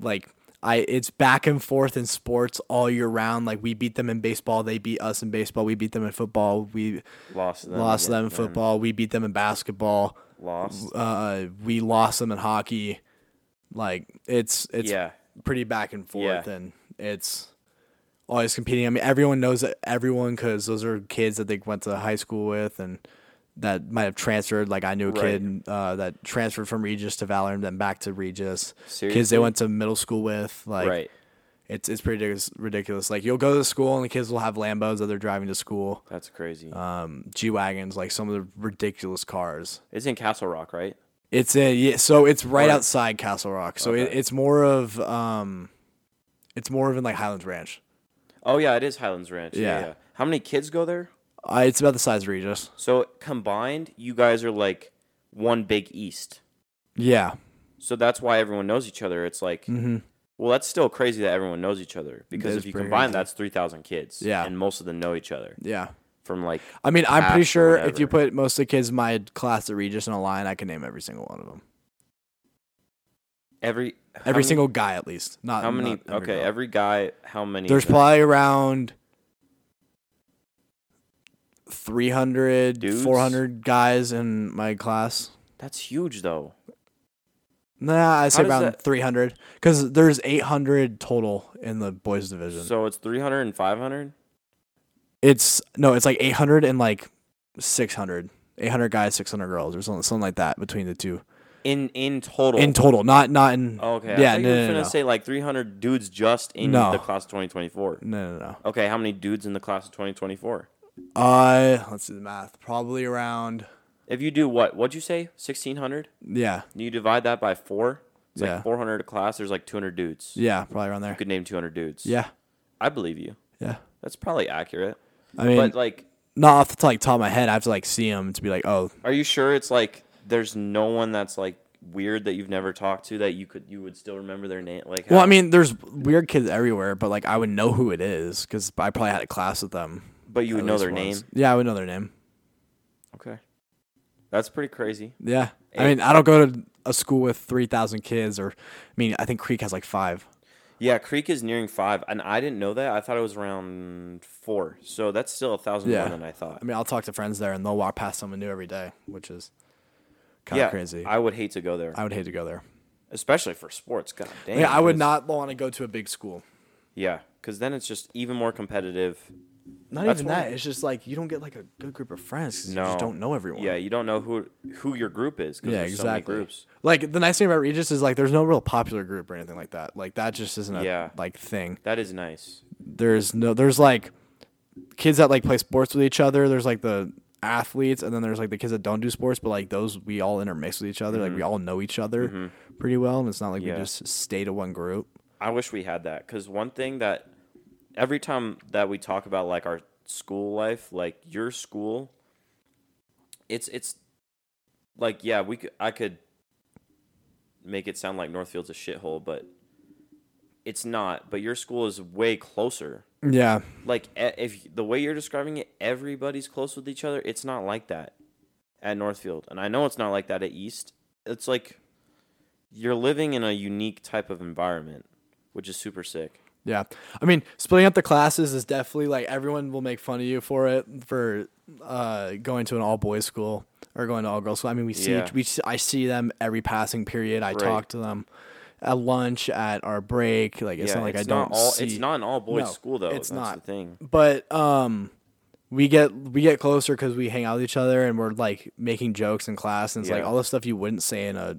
Speaker 2: like I it's back and forth in sports all year round. Like we beat them in baseball, they beat us in baseball. We beat them in football. We
Speaker 1: Lost them.
Speaker 2: lost
Speaker 1: yeah,
Speaker 2: them in
Speaker 1: man.
Speaker 2: football. We beat them in basketball.
Speaker 1: Lost.
Speaker 2: Uh, we lost them in hockey. Like it's it's
Speaker 1: Yeah.
Speaker 2: pretty back and forth,
Speaker 1: Yeah.
Speaker 2: and it's always competing. I mean, everyone knows that everyone because those are kids that they went to high school with, and that might have transferred. Like I knew a
Speaker 1: Right.
Speaker 2: kid uh, that transferred from Regis to Valor and then back to Regis. Kids
Speaker 1: Seriously?
Speaker 2: they went to middle school with, like
Speaker 1: right.
Speaker 2: it's it's pretty ridiculous- ridiculous. Like you'll go to school and the kids will have Lambos that they're driving to school,
Speaker 1: That's crazy.
Speaker 2: um, G wagons, like some of the ridiculous cars.
Speaker 1: it's in Castle Rock, right?
Speaker 2: It's in yeah, so it's right,
Speaker 1: Right.
Speaker 2: outside Castle Rock. So it,
Speaker 1: Okay.
Speaker 2: it's more of um, it's more of in like Highlands Ranch.
Speaker 1: Oh yeah, it is Highlands Ranch.
Speaker 2: Yeah.
Speaker 1: yeah. yeah. How many kids go there?
Speaker 2: Uh, it's about the size of Regis.
Speaker 1: So combined, you guys are like one big East.
Speaker 2: Yeah, Mm-hmm.
Speaker 1: So that's why everyone knows each other. It's like, well, that's still crazy that everyone knows each other because
Speaker 2: is
Speaker 1: if you
Speaker 2: pretty
Speaker 1: combine,
Speaker 2: crazy.
Speaker 1: that's three thousand kids.
Speaker 2: Yeah.
Speaker 1: and most of them know each other
Speaker 2: yeah.
Speaker 1: from like.
Speaker 2: I mean, I'm
Speaker 1: Half
Speaker 2: pretty
Speaker 1: or
Speaker 2: sure if you
Speaker 1: whatever.
Speaker 2: put most of the kids in my class at Regis in a line, I can name every single one of them.
Speaker 1: Every how
Speaker 2: Every
Speaker 1: many-
Speaker 2: single guy, at least. Not
Speaker 1: how many
Speaker 2: not every
Speaker 1: okay
Speaker 2: girl.
Speaker 1: every guy how many
Speaker 2: There's
Speaker 1: is there?
Speaker 2: probably around 300,
Speaker 1: Dudes?
Speaker 2: 400 guys in my class.
Speaker 1: that's huge though
Speaker 2: Nah, I say
Speaker 1: does
Speaker 2: around
Speaker 1: that-
Speaker 2: 300 because there's 800 total in the boys division.
Speaker 1: so it's 300 and 500
Speaker 2: it's no, it's like 800 and like 600. 800 guys, 600 girls, or something, something like that between the two
Speaker 1: in in total Oh,
Speaker 2: in total. Not not in.
Speaker 1: okay I
Speaker 2: Yeah.
Speaker 1: thought
Speaker 2: No
Speaker 1: you were
Speaker 2: no,
Speaker 1: gonna
Speaker 2: no, no.
Speaker 1: say like 300 dudes just in
Speaker 2: No.
Speaker 1: the class of 2024
Speaker 2: no, no, no.
Speaker 1: okay how many dudes in the class of 2024
Speaker 2: Uh, let's do the math. Probably around.
Speaker 1: if you do what what'd you say 1600
Speaker 2: Yeah.
Speaker 1: You divide that by four. It's
Speaker 2: Yeah.
Speaker 1: like 400 a class. There's like 200 dudes.
Speaker 2: Yeah. Probably around there.
Speaker 1: You could name 200 dudes.
Speaker 2: Yeah.
Speaker 1: I believe you.
Speaker 2: Yeah.
Speaker 1: That's probably accurate.
Speaker 2: I mean,
Speaker 1: but like,
Speaker 2: not off the like top of my head. I have to like see him to be like, oh,
Speaker 1: are you sure it's like there's no one that's like weird that you've never talked to that you could you would still remember their name? Like,
Speaker 2: well,
Speaker 1: how-
Speaker 2: I mean, there's weird kids everywhere, but like I would know who it is because I probably had a class with them.
Speaker 1: but you would
Speaker 2: at
Speaker 1: know
Speaker 2: least
Speaker 1: their
Speaker 2: once.
Speaker 1: name.
Speaker 2: Yeah, I would know their name.
Speaker 1: Okay, that's pretty crazy.
Speaker 2: Yeah, I
Speaker 1: Hey.
Speaker 2: mean, I don't go to a school with three thousand kids, or I mean, I think Creek has like five.
Speaker 1: Yeah, Creek is nearing five, and I didn't know that. I thought it was around four. So that's still a thousand
Speaker 2: Yeah.
Speaker 1: more than I thought.
Speaker 2: I mean, I'll talk to friends there, and they'll walk past someone new every day, which is kind of
Speaker 1: yeah,
Speaker 2: crazy. I,
Speaker 1: I would hate to go there,
Speaker 2: would hate to go there.
Speaker 1: especially for sports. God damn.
Speaker 2: Yeah, I would
Speaker 1: it's-
Speaker 2: not want to go to a big school.
Speaker 1: Yeah, because then it's just even more competitive.
Speaker 2: Not
Speaker 1: That's
Speaker 2: even
Speaker 1: why-
Speaker 2: that. It's just like you don't get like a good group of friends 'cause
Speaker 1: No,
Speaker 2: you just don't know everyone.
Speaker 1: Yeah, you don't know who who your group is. Cause
Speaker 2: Yeah,
Speaker 1: there's so many
Speaker 2: exactly.
Speaker 1: groups.
Speaker 2: Like the nice thing about Regis is like there's no real popular group or anything like that. Like that just isn't a
Speaker 1: Yeah.
Speaker 2: like thing.
Speaker 1: That is nice.
Speaker 2: There's no there's like kids that like play sports with each other. There's like the athletes, and then there's like the kids that don't do sports, but like those we all intermix with each other. Like we all know each other pretty well, and it's not like
Speaker 1: Mm-hmm. Yeah.
Speaker 2: we just stay to one group.
Speaker 1: I wish we had that because one thing that every time that we talk about like our school life, like your school, it's it's like yeah, we could, I could make it sound like Northfield's a shithole, but it's not. But your school is way closer.
Speaker 2: Yeah,
Speaker 1: Like e- if the way you're describing it, everybody's close with each other. It's not like that at Northfield, and I know it's not like that at East. It's like you're living in a unique type of environment, which is super sick.
Speaker 2: Yeah. I mean, splitting up the classes is definitely like everyone will make fun of you for it for uh, going to an all boys school or going to all girls school. I mean, we see
Speaker 1: Yeah.
Speaker 2: we see- I see them every passing period. I talk to them at lunch, at our break. Like it's
Speaker 1: yeah,
Speaker 2: not like
Speaker 1: it's
Speaker 2: I don't
Speaker 1: not all.
Speaker 2: see
Speaker 1: It's not an all boys
Speaker 2: No,
Speaker 1: school though.
Speaker 2: it's
Speaker 1: That's
Speaker 2: not.
Speaker 1: the thing.
Speaker 2: but um we get we get closer because we hang out with each other and we're like making jokes in class and it's like
Speaker 1: Yeah.
Speaker 2: all the stuff you wouldn't say in a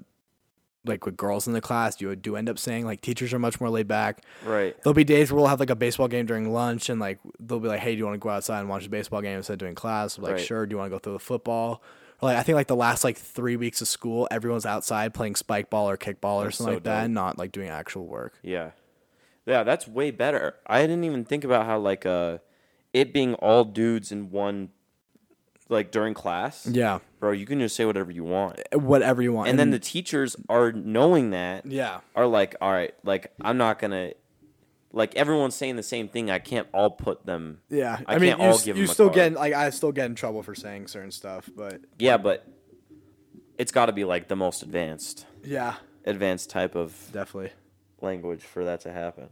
Speaker 2: like with girls in the class you do end up saying like teachers are much more laid back
Speaker 1: Right.
Speaker 2: there'll be days where we'll have like a baseball game during lunch and like they'll be like hey do you want to go outside and watch the baseball game instead of doing class we're like
Speaker 1: Right.
Speaker 2: sure do you want to go throw the football or like i think like the last like three weeks of school everyone's outside playing spike ball or kickball or
Speaker 1: That's
Speaker 2: something
Speaker 1: so
Speaker 2: like that
Speaker 1: dope.
Speaker 2: and not like doing actual work
Speaker 1: Yeah. Yeah, that's way better. I didn't even think about how like uh it being all dudes in one like during class.
Speaker 2: yeah
Speaker 1: Bro, you can just say whatever you want.
Speaker 2: whatever you want
Speaker 1: And then the teachers are knowing that
Speaker 2: yeah
Speaker 1: are like, all right, like I'm not gonna, like everyone's saying the same thing. I can't all put them.
Speaker 2: yeah
Speaker 1: I
Speaker 2: i, mean
Speaker 1: can't
Speaker 2: you,
Speaker 1: all
Speaker 2: s-
Speaker 1: give
Speaker 2: you
Speaker 1: them a
Speaker 2: still
Speaker 1: card.
Speaker 2: get in- like i still get in trouble for saying certain stuff but
Speaker 1: Yeah, but it's got to be like the most advanced,
Speaker 2: yeah
Speaker 1: advanced type of
Speaker 2: definitely
Speaker 1: language for that to happen,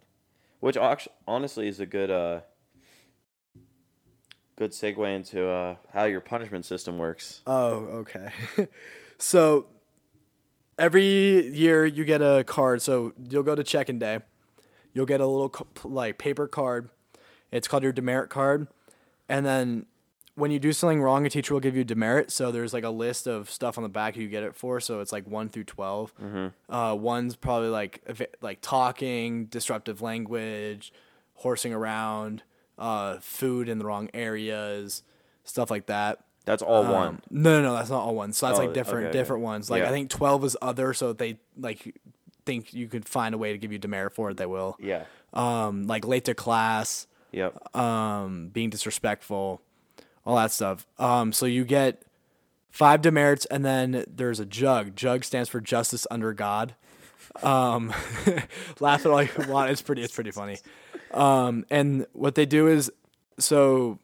Speaker 1: which actu- honestly is a good, uh, good segue into uh, how your punishment system works.
Speaker 2: Oh, okay. <laughs> so every year you get a card. So you'll go to check-in day. You'll get a little c- p- like paper card. It's called your demerit card. And then when you do something wrong, a teacher will give you demerit. So there's like a list of stuff on the back you get it for. So it's like one through 12 Uh, one's probably like if it- like talking, disruptive language, horsing around, uh, food in the wrong areas, stuff like that.
Speaker 1: That's all
Speaker 2: Um,
Speaker 1: one.
Speaker 2: No, no, no, that's not all ones. So that's
Speaker 1: Oh,
Speaker 2: like different,
Speaker 1: okay, okay.
Speaker 2: different ones. Like
Speaker 1: Yeah.
Speaker 2: I think twelve is other, so they like think you could find a way to give you demerit for it. They will.
Speaker 1: Yeah.
Speaker 2: Um, like late to class,
Speaker 1: Yep.
Speaker 2: um, being disrespectful, all that stuff. Um, so you get five demerits, and then there's a jug. Jug stands for justice under God. Um, <laughs> laugh at all you want. It's pretty. It's pretty funny. Um, and what they do is, so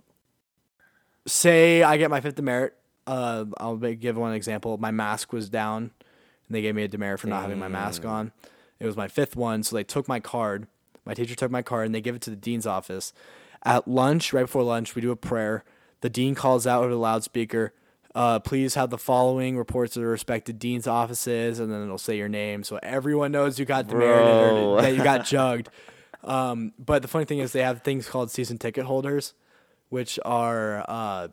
Speaker 2: say I get my fifth demerit. Uh, I'll ma- give one example. My mask was down, and they gave me a demerit for not having my mask on. It was my fifth one, so they took my card. My teacher took my card, and they give it to the dean's office. At lunch, right before lunch, we do a prayer. The dean calls out over the loudspeaker. Uh, please have the following reports to the respective dean's offices, and then it'll say your name, so everyone knows you got demerited
Speaker 1: Bro.
Speaker 2: or that you got jugged. Um, but the funny thing is, they have things called season ticket holders, which are uh,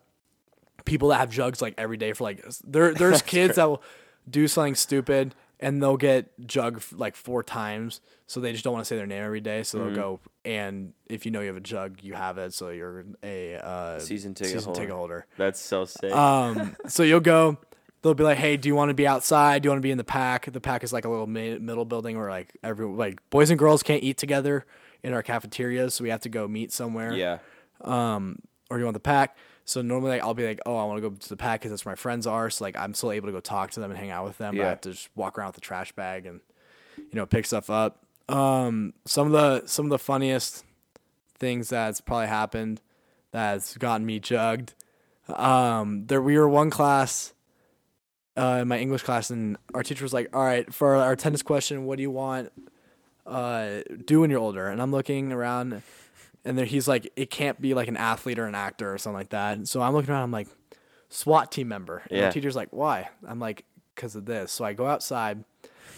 Speaker 2: people that have jugs like every day for like there. There's kids that will do something stupid and they'll get jug like four times, so they just don't want to say their name every day. So
Speaker 1: Mm-hmm.
Speaker 2: they'll go and if you know you have a jug, you have it, so you're a uh,
Speaker 1: Season ticket
Speaker 2: season
Speaker 1: holder.
Speaker 2: ticket holder.
Speaker 1: That's so sick.
Speaker 2: Um, so you'll go. They'll be like, "Hey, do you want to be outside? Do you want to be in the pack?" The pack is like a little mi- middle building where like every like boys and girls can't eat together in our cafeteria, so we have to go meet somewhere.
Speaker 1: yeah.
Speaker 2: Or do you want the pack? So normally like, I'll be like, "Oh, I want to go to the pack because that's where my friends are." So like I'm still able to go talk to them and hang out with them. but
Speaker 1: Yeah.
Speaker 2: I have to just walk around with the trash bag and you know pick stuff up. Um, some of the some of the funniest things that's probably happened that's gotten me jugged. Um, there we were one class, uh, in my English class, and our teacher was like, "All right, for our attendance question, what do you want, uh, do when you're older?" And I'm looking around, and there he's like, "It can't be like an athlete or an actor or something like that." And so I'm looking around, I'm like, "SWAT team member." And
Speaker 1: Yeah.
Speaker 2: the teacher's like, "Why?" I'm like, "Cause of this." So I go outside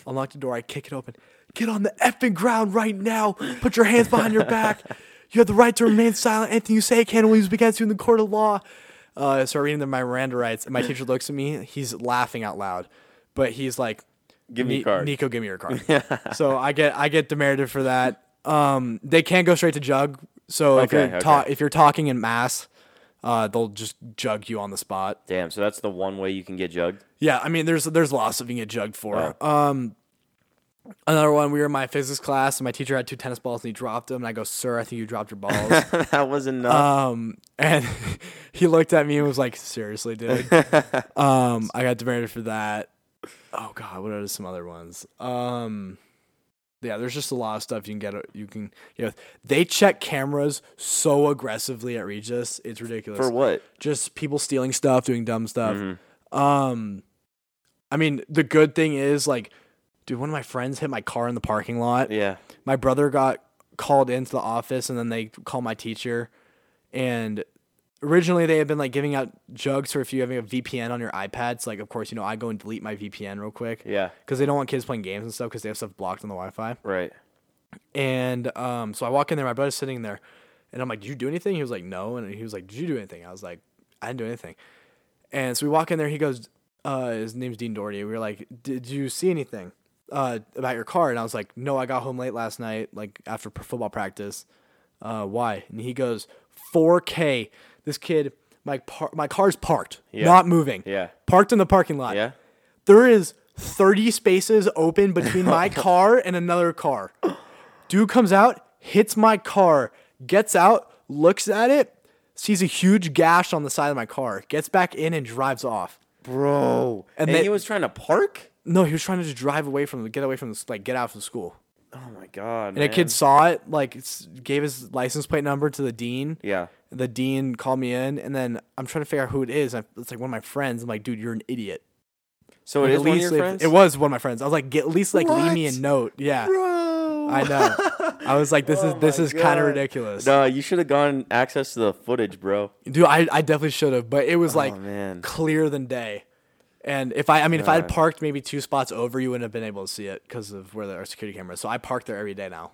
Speaker 2: unlock the door, I kick it open. Get on the effing ground right now. Put your hands behind your back. You have the right to remain silent. Anything you say can be used against you in the court of law. Uh, I start reading the Miranda rights, and my teacher looks at me. He's laughing out loud, but he's like,
Speaker 1: Give me a
Speaker 2: "Ni-
Speaker 1: card."
Speaker 2: Nico. Give me
Speaker 1: <laughs>
Speaker 2: your card." so I get I get demerited for that. Um, they can't go straight to jug. So if
Speaker 1: Okay,
Speaker 2: you're ta-
Speaker 1: okay.
Speaker 2: if you're talking in mass, Uh, they'll just jug you on the spot.
Speaker 1: Damn. So that's the one way you can get jugged.
Speaker 2: Yeah, I mean, there's there's lots of you can get jugged for. Um, another one. We were in my physics class, and my teacher had two tennis balls, and he dropped them. And I go, "Sir, I think you dropped your balls."
Speaker 1: <laughs> that was enough.
Speaker 2: um, and <laughs> he looked at me and was like,
Speaker 1: <laughs>
Speaker 2: "Seriously, dude." um, I got demerit for that. Oh God, what are some other ones? Um, yeah, there's just a lot of stuff you can get. You can, you know, they check cameras so aggressively at Regis, it's ridiculous
Speaker 1: for what?
Speaker 2: just people stealing stuff, doing dumb stuff.
Speaker 1: Mm-hmm.
Speaker 2: Um, I mean, the good thing is like, dude, one of my friends hit my car in the parking lot.
Speaker 1: Yeah.
Speaker 2: My brother got called into the office, and then they called my teacher. And originally, they had been like giving out jugs for if you have a VPN on your iPad. So like, of course, you know, I go and delete my VPN real quick.
Speaker 1: Yeah.
Speaker 2: Because they don't want kids playing games and stuff because they have stuff blocked on the Wi-Fi.
Speaker 1: Right.
Speaker 2: And um, so I walk in there, my brother's sitting there, and I'm like, "Did you do anything?" He was like, "No," and he was like, "Did you do anything?" I was like, "I didn't do anything." And so we walk in there. He goes, uh, "His name's Dean Doherty." We were like, "Did you see anything uh, about your car?" And I was like, "No, I got home late last night, like after p- football practice." Uh, why? And he goes, "4K." This kid, my par- my car's parked, not moving.
Speaker 1: Yeah.
Speaker 2: parked in the parking lot.
Speaker 1: Yeah.
Speaker 2: There is 30 spaces
Speaker 1: <laughs>
Speaker 2: open between
Speaker 1: Oh
Speaker 2: my car and another car. Dude comes out, hits my car, gets out, looks at it, sees a huge gash on the side of my car, gets back in and drives off.
Speaker 1: Bro. And,
Speaker 2: they-
Speaker 1: he was trying to park.
Speaker 2: No, he was trying to just drive away from the get away from the like get out from school.
Speaker 1: Oh my god.
Speaker 2: And a kid saw it, like s- gave his license plate number to the dean.
Speaker 1: Yeah.
Speaker 2: The dean called me in, and then I'm trying to figure out who it is. I, it's like one of my friends. I'm like, dude, you're an idiot.
Speaker 1: So it
Speaker 2: Like,
Speaker 1: is one of your
Speaker 2: leave-
Speaker 1: friends.
Speaker 2: It was one of my friends. I was like, get, at least like leave me a
Speaker 1: What?
Speaker 2: note. Yeah.
Speaker 1: Bro.
Speaker 2: I know. I was like, this
Speaker 1: Oh
Speaker 2: is this
Speaker 1: my
Speaker 2: is kind
Speaker 1: God.
Speaker 2: of ridiculous,
Speaker 1: No, you should have gone access to the footage, bro.
Speaker 2: dude. I, I definitely should have, but it was like
Speaker 1: Oh, man.
Speaker 2: clear than day. And if I, I mean, if I had parked maybe two spots over, you wouldn't have been able to see it because of where there are security cameras. So I park there every day now,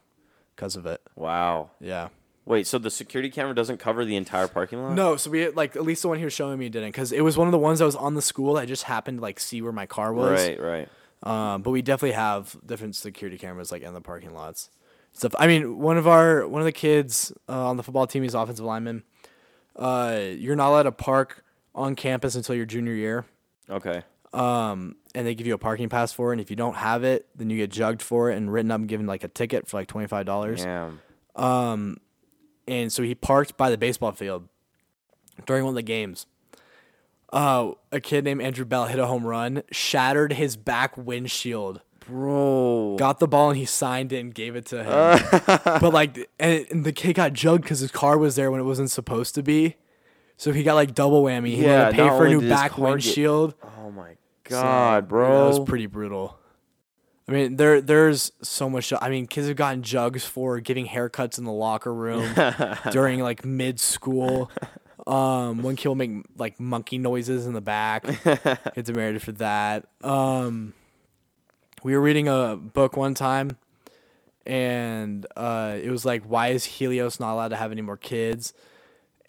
Speaker 2: because of it.
Speaker 1: Wow.
Speaker 2: Yeah.
Speaker 1: Wait. So the security camera doesn't cover the entire parking lot?
Speaker 2: No, so we like at least the one he was showing me didn't, because it was one of the ones that was on the school. I just happened to like see where my car was.
Speaker 1: Right. Right.
Speaker 2: Um, but we definitely have different security cameras like in the parking lots. Stuff. I mean, one of our one of the kids uh, on the football team is offensive lineman. Uh, you're not allowed to park on campus until your junior year,
Speaker 1: Okay.
Speaker 2: um, and they give you a parking pass for it. And if you don't have it, then you get jugged for it and written up and given like a ticket for like twenty five dollars.
Speaker 1: Damn.
Speaker 2: And so he parked by the baseball field during one of the games. Uh, a kid named Andrew Bell hit a home run, shattered his back windshield.
Speaker 1: Bro.
Speaker 2: got the ball and he signed it and gave it to him.
Speaker 1: Uh.
Speaker 2: but like, and, and the kid got jugged because his car was there when it wasn't supposed to be. So he got like double whammy. He
Speaker 1: Yeah,
Speaker 2: had to pay
Speaker 1: not
Speaker 2: for a
Speaker 1: only
Speaker 2: new
Speaker 1: did his
Speaker 2: back
Speaker 1: car get-
Speaker 2: windshield.
Speaker 1: Oh my god,
Speaker 2: So,
Speaker 1: bro.
Speaker 2: That was pretty brutal. I mean, there there's so much. I mean, kids have gotten jugs for giving haircuts in the
Speaker 1: <laughs>
Speaker 2: locker room during like mid school. Um, one kid will make like monkey noises in
Speaker 1: <laughs>
Speaker 2: the back. Gets married for that. Um, we were reading a book one time, and uh, it was like, why is Helios not allowed to have any more kids?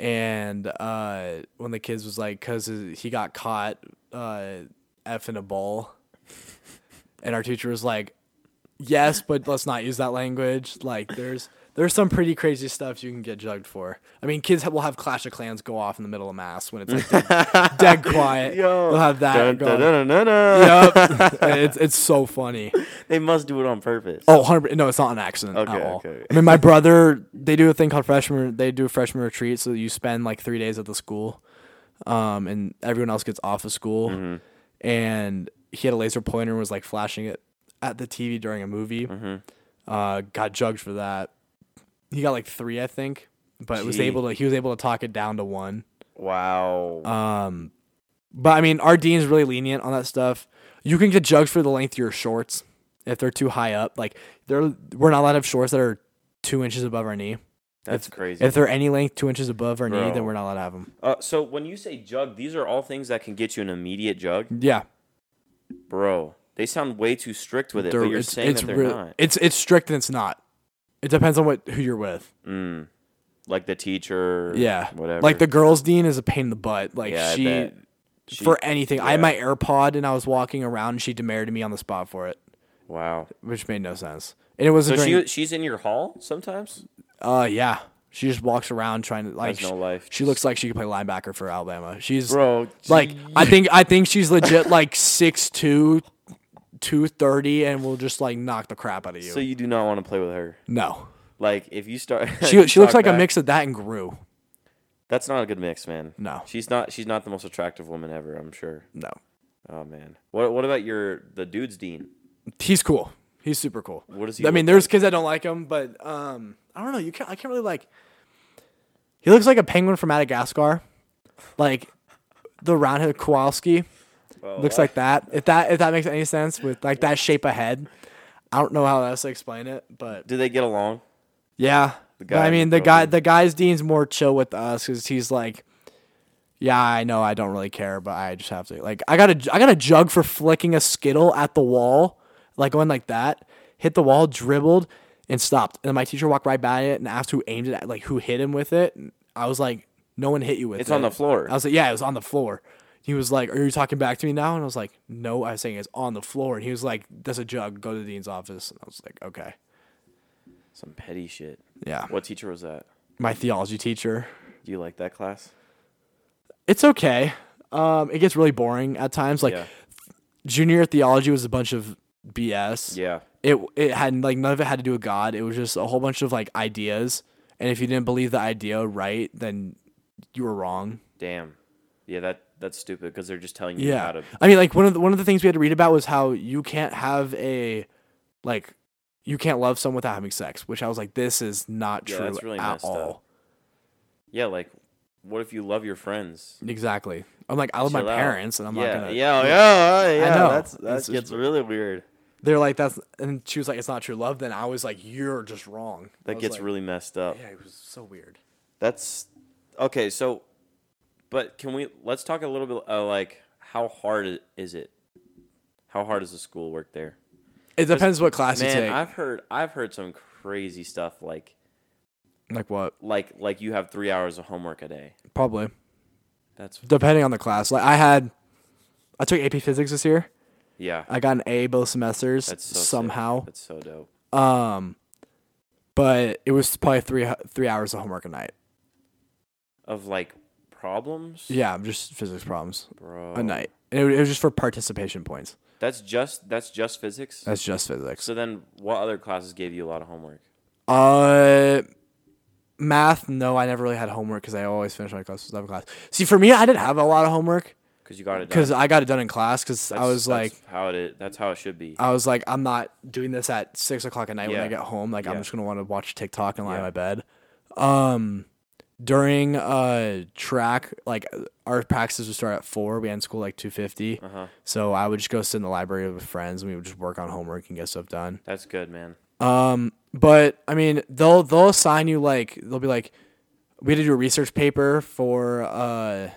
Speaker 2: and uh, one of the kids was like, "Cause he got caught uh, effing a ball," and our teacher was like, "Yes, but let's not use that language. Like, there's there's some pretty crazy stuff you can get jugged for. I mean, kids ha- will have Clash of Clans go off in the middle of mass when it's like
Speaker 1: <laughs>
Speaker 2: dead, dead quiet. They'll have that
Speaker 1: Dun,
Speaker 2: going.
Speaker 1: dun, dun, dun, dun.
Speaker 2: Yup. <laughs> And it's it's so funny.
Speaker 1: They must do it on purpose.
Speaker 2: Oh, 100 No, it's not an accident at
Speaker 1: Okay,
Speaker 2: all.
Speaker 1: okay.
Speaker 2: I mean, my brother, they do a thing called freshman. They do a freshman retreat, so you spend like three days at the school, um, and everyone else gets off of school.
Speaker 1: Mm-hmm.
Speaker 2: And he had a laser pointer and was like flashing it at the TV during a movie.
Speaker 1: Mm-hmm.
Speaker 2: Uh, got jugged for that. He got like three, I think, but was
Speaker 1: Gee.
Speaker 2: able to. He was able to talk it down to one.
Speaker 1: Wow.
Speaker 2: Um, but I mean, our dean's really lenient on that stuff. You can get jugged for the length of your shorts if they're too high up. Like they're we're not allowed to have shorts that are two inches above our knee.
Speaker 1: That's crazy.
Speaker 2: If they're any length two inches above our knee,
Speaker 1: Bro.
Speaker 2: then we're not allowed to have them.
Speaker 1: uh, so when you say jug, these are all things that can get you an immediate jug,
Speaker 2: Yeah,
Speaker 1: bro. They sound way too strict with it,
Speaker 2: they're-
Speaker 1: but you're saying that they're
Speaker 2: real-
Speaker 1: not.
Speaker 2: It's it's strict and it's not. It depends on what who you're with.
Speaker 1: Mm. Like the teacher.
Speaker 2: Yeah,
Speaker 1: Whatever.
Speaker 2: Like the girls' dean is a pain in the butt. Like
Speaker 1: Yeah, I
Speaker 2: she,
Speaker 1: bet. She-
Speaker 2: for anything. I had
Speaker 1: yeah.
Speaker 2: my AirPod and I was walking around and she demerited me on the spot for it,
Speaker 1: Wow.
Speaker 2: <laughs> which made no sense. And it was
Speaker 1: So
Speaker 2: during,
Speaker 1: she she's in your hall sometimes.
Speaker 2: uh yeah She just walks around trying to like.
Speaker 1: Has no life,
Speaker 2: She looks like she could play linebacker for Alabama. She's
Speaker 1: Bro,
Speaker 2: Like I think I think she's legit like 6'2", 230 and will just like knock the crap out of you.
Speaker 1: So you do not want to play with her.
Speaker 2: no,
Speaker 1: Like if you start,
Speaker 2: <laughs>
Speaker 1: <laughs>
Speaker 2: she she looks
Speaker 1: talk
Speaker 2: like a
Speaker 1: back-
Speaker 2: mix of that and Gru.
Speaker 1: That's not a good mix, man.
Speaker 2: No.
Speaker 1: she's not. She's not the most attractive woman ever. I'm sure.
Speaker 2: No,
Speaker 1: Oh man. What What about your the dude's dean?
Speaker 2: he's cool. He's super cool.
Speaker 1: What does he
Speaker 2: I mean, there's kids that don't like him, but um, I don't know. You can't. I can't really like. He looks like a penguin from Madagascar, like the roundhead Kowalski. looks like that. If that if that makes any sense with like that shape of head. I don't know how else to explain it, but
Speaker 1: Do they get along?
Speaker 2: Yeah. But
Speaker 1: guy
Speaker 2: I mean, the
Speaker 1: probably-
Speaker 2: guy, the guy's dean's more chill with us because he's like, yeah, I know, I don't really care, but I just have to. Like, I got a, I got a jug for flicking a skittle at the wall, like going like that, hit the wall, dribbled, and stopped. And then my teacher walked right by it and asked who aimed it at, like who hit him with it. And I was like, no one hit you with
Speaker 1: It's
Speaker 2: it.
Speaker 1: on the floor.
Speaker 2: I was like, yeah, it was on the floor. He was like, are you talking back to me now? And I was like, no, I was saying it's on the floor. And he was like, that's a jug. Go to the dean's office. And I was like, okay,
Speaker 1: Some petty shit.
Speaker 2: yeah.
Speaker 1: What teacher was that?
Speaker 2: My theology teacher.
Speaker 1: Do you like that class?
Speaker 2: it's okay. Um, it gets really boring at times. Like
Speaker 1: Yeah.
Speaker 2: junior theology was a bunch of BS.
Speaker 1: Yeah.
Speaker 2: It it had like none of it had to do with God. It was just a whole bunch of like ideas. And if you didn't believe the idea right, then you were wrong.
Speaker 1: Damn. Yeah, that that's stupid because they're just telling you how
Speaker 2: Yeah.
Speaker 1: to.
Speaker 2: I mean, like one of the, one of the things we had to read about was how you can't have a like you can't love someone without having sex, which I was like, this is not
Speaker 1: Yeah,
Speaker 2: true
Speaker 1: that's really
Speaker 2: at
Speaker 1: messed up.
Speaker 2: all.
Speaker 1: Yeah, like, what if you love your friends?
Speaker 2: Exactly. I'm like, I love
Speaker 1: Chill
Speaker 2: my
Speaker 1: out.
Speaker 2: parents, and I'm
Speaker 1: yeah,
Speaker 2: not gonna.
Speaker 1: yeah, yeah, yeah,
Speaker 2: know.
Speaker 1: That's that
Speaker 2: It's just-
Speaker 1: gets really weird.
Speaker 2: They're like, that's, and she was like, it's not true love. Then I was like, you're just wrong. I
Speaker 1: That
Speaker 2: was
Speaker 1: gets
Speaker 2: like,
Speaker 1: really messed up.
Speaker 2: Yeah, it was so weird.
Speaker 1: That's okay. So, but can we let's talk a little bit uh, like how hard i- is it? How hard is the school work there?
Speaker 2: It depends what class you
Speaker 1: Man,
Speaker 2: take.
Speaker 1: I've heard I've heard some crazy stuff like
Speaker 2: like what?
Speaker 1: like like you have three hours of homework a day.
Speaker 2: Probably
Speaker 1: That's
Speaker 2: depending on the class. Like I had, I took AP Physics this year.
Speaker 1: yeah.
Speaker 2: I got an A both semesters
Speaker 1: That's so sick.
Speaker 2: somehow.
Speaker 1: That's so dope.
Speaker 2: Um, but it was probably three three hours of homework a night.
Speaker 1: Of like problems,
Speaker 2: Yeah, just physics problems
Speaker 1: bro.
Speaker 2: a night. And it, wa- it was just for participation points.
Speaker 1: That's just that's just physics.
Speaker 2: That's just physics.
Speaker 1: So then, what other classes gave you a lot of homework?
Speaker 2: Uh, math. No, I never really had homework because I always finished my classes up in class. See, for me, I didn't have a lot of homework
Speaker 1: Because you got it. done.
Speaker 2: because I got it done in class because I
Speaker 1: That's-
Speaker 2: was like,
Speaker 1: that's how it is. That's how it should be.
Speaker 2: I was like, I'm not doing this at six o'clock at night when
Speaker 1: Yeah.
Speaker 2: I get home. Like, I'm
Speaker 1: Yeah.
Speaker 2: just gonna want to watch TikTok and lie
Speaker 1: Yeah.
Speaker 2: in my bed. Um, during uh track, like our practices would start at four. We end school like two
Speaker 1: Uh-huh.
Speaker 2: So I would just go sit in the library with friends, and we would just work on homework and get stuff done.
Speaker 1: That's good, man.
Speaker 2: Um, but I mean, they'll they'll assign you like they'll be like, we had to do a research paper for uh,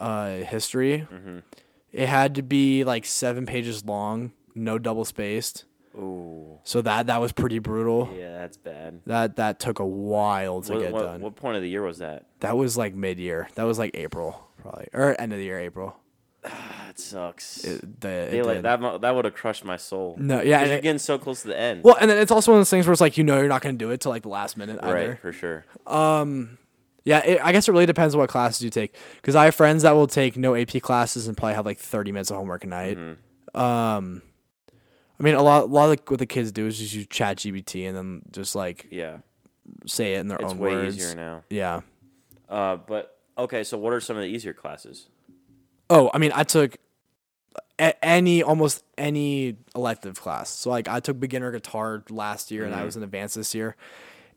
Speaker 2: uh, history.
Speaker 1: Mm-hmm.
Speaker 2: It had to be like seven pages long, no double spaced.
Speaker 1: Ooh,
Speaker 2: So that that was pretty brutal.
Speaker 1: yeah, that's bad.
Speaker 2: That that took a while to
Speaker 1: What,
Speaker 2: get
Speaker 1: what,
Speaker 2: done.
Speaker 1: what point of the year was that?
Speaker 2: That was like mid year. That was like April probably or end of the year April.
Speaker 1: That sucks.
Speaker 2: It- the- it
Speaker 1: They like-
Speaker 2: did.
Speaker 1: that mu- that would have crushed my soul.
Speaker 2: No, yeah,
Speaker 1: 'Cause
Speaker 2: and
Speaker 1: you're
Speaker 2: it-
Speaker 1: getting so close to the end.
Speaker 2: Well, and then it's also one of those things where it's like you know you're not gonna do it till like the last minute
Speaker 1: right,
Speaker 2: either.
Speaker 1: for sure.
Speaker 2: Um, Yeah, it, I guess it really depends on what classes you take. Because I have friends that will take no AP classes and probably have like 30 minutes of homework a night.
Speaker 1: Mm-hmm.
Speaker 2: Um, I mean, a lot, a lot of like, what the kids do is just use chat GBT and then just like
Speaker 1: Yeah,
Speaker 2: say it in their
Speaker 1: it's
Speaker 2: own
Speaker 1: way
Speaker 2: words.
Speaker 1: easier now.
Speaker 2: Yeah.
Speaker 1: Uh, but okay, so what are some of the easier classes?
Speaker 2: Oh, I mean, I took a- any, almost any elective class. So like I took beginner guitar last year
Speaker 1: Mm-hmm.
Speaker 2: and I was in advanced this year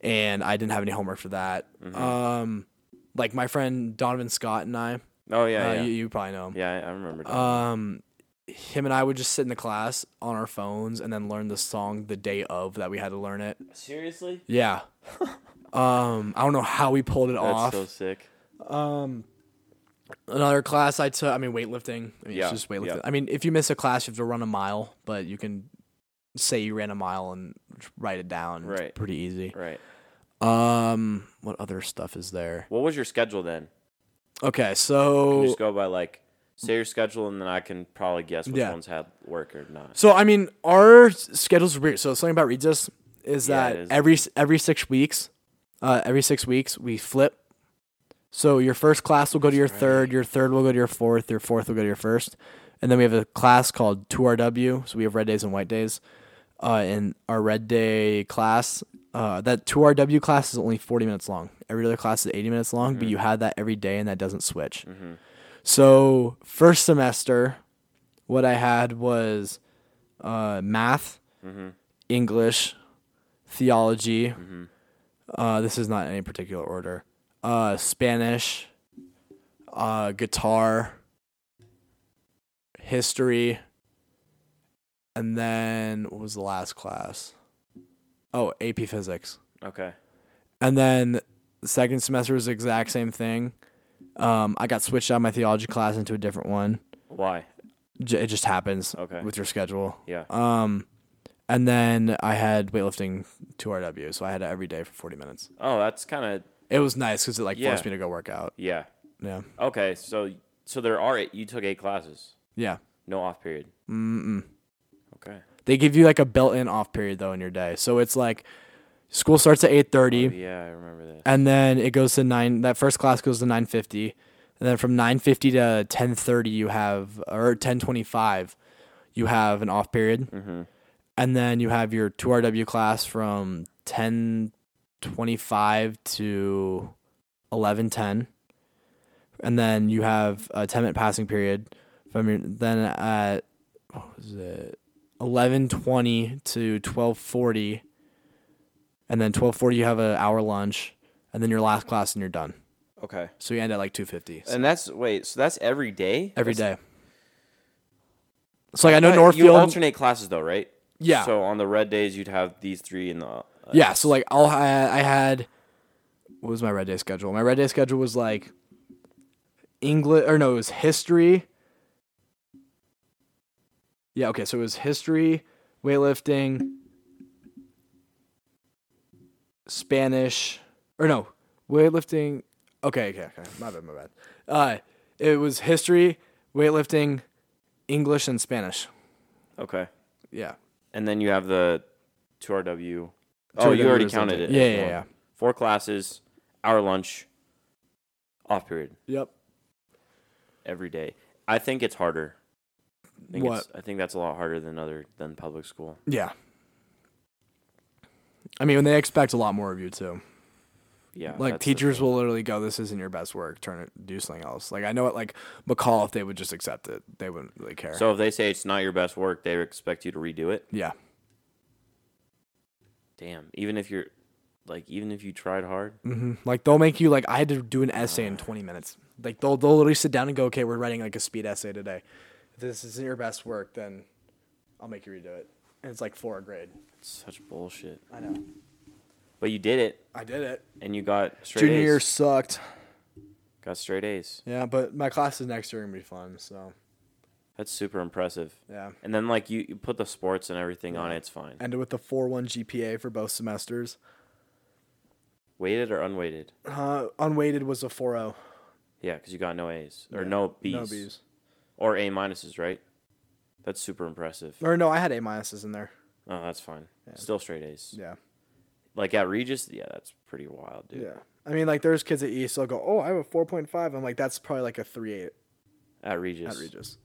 Speaker 2: and I didn't have any homework for that.
Speaker 1: Mm-hmm.
Speaker 2: Um, like my friend Donovan Scott and I,
Speaker 1: Oh yeah,
Speaker 2: uh,
Speaker 1: yeah,
Speaker 2: You, you probably know him.
Speaker 1: yeah. I, I remember. That.
Speaker 2: um him and I would just sit in the class on our phones and then learn the song the day of that we had to learn it.
Speaker 1: Seriously,
Speaker 2: Yeah. <laughs> um I don't know how we pulled it
Speaker 1: that's
Speaker 2: off.
Speaker 1: so
Speaker 2: Um,
Speaker 1: sick.
Speaker 2: Another class I took, I mean weightlifting. I mean,
Speaker 1: Yeah,
Speaker 2: it's just weightlifting.
Speaker 1: yeah.
Speaker 2: I mean, if you miss a class, you have to run a mile, but you can say you ran a mile and write it down. It's
Speaker 1: Right.
Speaker 2: pretty easy.
Speaker 1: Right.
Speaker 2: Um what other stuff is there?
Speaker 1: What was your schedule then?
Speaker 2: Okay,
Speaker 1: You
Speaker 2: so
Speaker 1: just go by like say your schedule, and then I can probably guess which
Speaker 2: Yeah.
Speaker 1: ones had work or not.
Speaker 2: So I mean, our schedules are weird. So something about Regis is
Speaker 1: Yeah,
Speaker 2: that
Speaker 1: it is.
Speaker 2: every every six weeks, Uh, every six weeks, we flip. So your first class will go to your third, your third will go to your fourth, your fourth will go to your first, and then we have a class called 2RW. So we have red days and white days. Uh, and our red day class, uh, that 2RW class is only 40 minutes long. Every other class is 80 minutes long, but you have that every day, and that doesn't switch. So first semester, what I had was uh, math,
Speaker 1: Mm-hmm.
Speaker 2: English, theology. Uh, this is not in any particular order. Uh, Spanish, uh, guitar, history, and then what was the last class? Oh, AP Physics.
Speaker 1: Okay.
Speaker 2: And then the second semester was the exact same thing. Um, I got switched out of my theology class into a different one.
Speaker 1: Why?
Speaker 2: J- it just happens
Speaker 1: Okay.
Speaker 2: with your schedule.
Speaker 1: Yeah.
Speaker 2: Um, and then I had weightlifting two RW, so I had it every day for 40 minutes.
Speaker 1: Oh, that's kind of
Speaker 2: It was nice because it like
Speaker 1: Yeah.
Speaker 2: forced me to go work out.
Speaker 1: yeah.
Speaker 2: Yeah,
Speaker 1: Okay, so so there are eight. You took eight classes,
Speaker 2: yeah.
Speaker 1: no off period. Mm. Okay.
Speaker 2: They give you like a built-in off period though in your day, so it's like school starts at 8:30.
Speaker 1: Oh, Yeah, I remember this.
Speaker 2: and then it goes to nine. That first class goes to nine fifty, and then from nine fifty to ten thirty, you have or ten twenty five, you have an off period,
Speaker 1: Mm-hmm.
Speaker 2: and then you have your two RW class from ten twenty five to eleven ten, and then you have a ten minute passing period from your then at what was it eleven twenty to twelve forty and then 12:40 you have an hour lunch and then your last class and you're done
Speaker 1: Okay.
Speaker 2: so you end at like 2:50
Speaker 1: And that's wait. So that's every day.
Speaker 2: every
Speaker 1: That's-
Speaker 2: day so like i know
Speaker 1: But
Speaker 2: northfield
Speaker 1: You alternate classes though, right?
Speaker 2: Yeah.
Speaker 1: So on the red days, you'd have these three in the. Uh,
Speaker 2: yeah so like all I, I had what was my red day schedule my red day schedule was like english or no it was history yeah okay so it was history weightlifting spanish or no weightlifting okay okay okay my bad my bad uh it was history weightlifting english and spanish
Speaker 1: okay.
Speaker 2: yeah
Speaker 1: And then you have the two RW. Oh, you already counted it.
Speaker 2: yeah
Speaker 1: as
Speaker 2: yeah
Speaker 1: one.
Speaker 2: yeah
Speaker 1: Four classes, hour lunch, off period
Speaker 2: yep
Speaker 1: every day. I think it's harder. I think
Speaker 2: What?
Speaker 1: It's, I think that's a lot harder than other than public school.
Speaker 2: Yeah. I mean, they expect a lot more of you too.
Speaker 1: Yeah.
Speaker 2: Like
Speaker 1: that's the-
Speaker 2: teachers will literally go, "This isn't your best work. Turn it, do something else." Like I know at like McCall, if they would just accept it, they wouldn't really care.
Speaker 1: So if they say it's not your best work, they expect you to redo it.
Speaker 2: yeah,
Speaker 1: Damn. Even if you're, like, even if you tried hard.
Speaker 2: hmm like they'll make you like I had to do an essay
Speaker 1: Uh.
Speaker 2: in 20 minutes. Like they'll they'll literally sit down and go, "Okay, we're writing like a speed essay today. If this isn't your best work, then I'll make you redo it." And it's like for a grade.
Speaker 1: Such bullshit.
Speaker 2: I know.
Speaker 1: But you did it,
Speaker 2: I did it.
Speaker 1: and you got straight
Speaker 2: Junior
Speaker 1: A's.
Speaker 2: year sucked.
Speaker 1: Got straight A's.
Speaker 2: Yeah, but my classes next year are gonna be fun. So
Speaker 1: That's super impressive.
Speaker 2: yeah.
Speaker 1: And then like you, you put the sports and everything on, it's fine.
Speaker 2: ended with a 4-1 GPA for both semesters.
Speaker 1: Weighted or unweighted?
Speaker 2: Uh, unweighted was a 4-0.
Speaker 1: Yeah, because you got no A's or no B's,
Speaker 2: No Bs.
Speaker 1: or A minuses, right? That's super impressive.
Speaker 2: Or no, I had A minuses in there.
Speaker 1: Oh, that's fine. Still straight A's.
Speaker 2: Yeah.
Speaker 1: Like at Regis, yeah, that's pretty wild, dude.
Speaker 2: Yeah. I mean, like, there's kids at East, they'll go, oh, I have a 4.5. I'm like, that's probably like a 3.8
Speaker 1: At Regis.
Speaker 2: at Regis.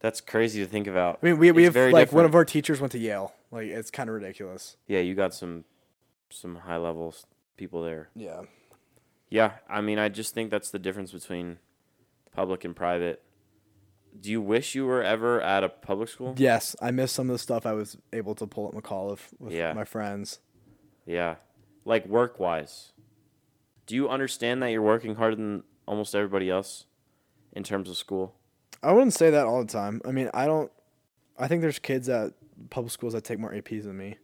Speaker 1: That's crazy to think about.
Speaker 2: I mean, we, we
Speaker 1: It's
Speaker 2: have,
Speaker 1: very
Speaker 2: like, one of
Speaker 1: different.
Speaker 2: our teachers went to Yale. Like, it's kind of ridiculous.
Speaker 1: Yeah, you got some some high level s- people there.
Speaker 2: Yeah.
Speaker 1: Yeah, I mean, I just think that's the difference between public and private. Do you wish you were ever at a public school?
Speaker 2: Yes, I missed some of the stuff I was able to pull at McCall of, with
Speaker 1: Yeah.
Speaker 2: my friends.
Speaker 1: Yeah. Like work wise. Do you understand that you're working harder than almost everybody else in terms of school?
Speaker 2: I wouldn't say that all the time. I mean, I don't. I think there's kids at public schools that take more APs than me,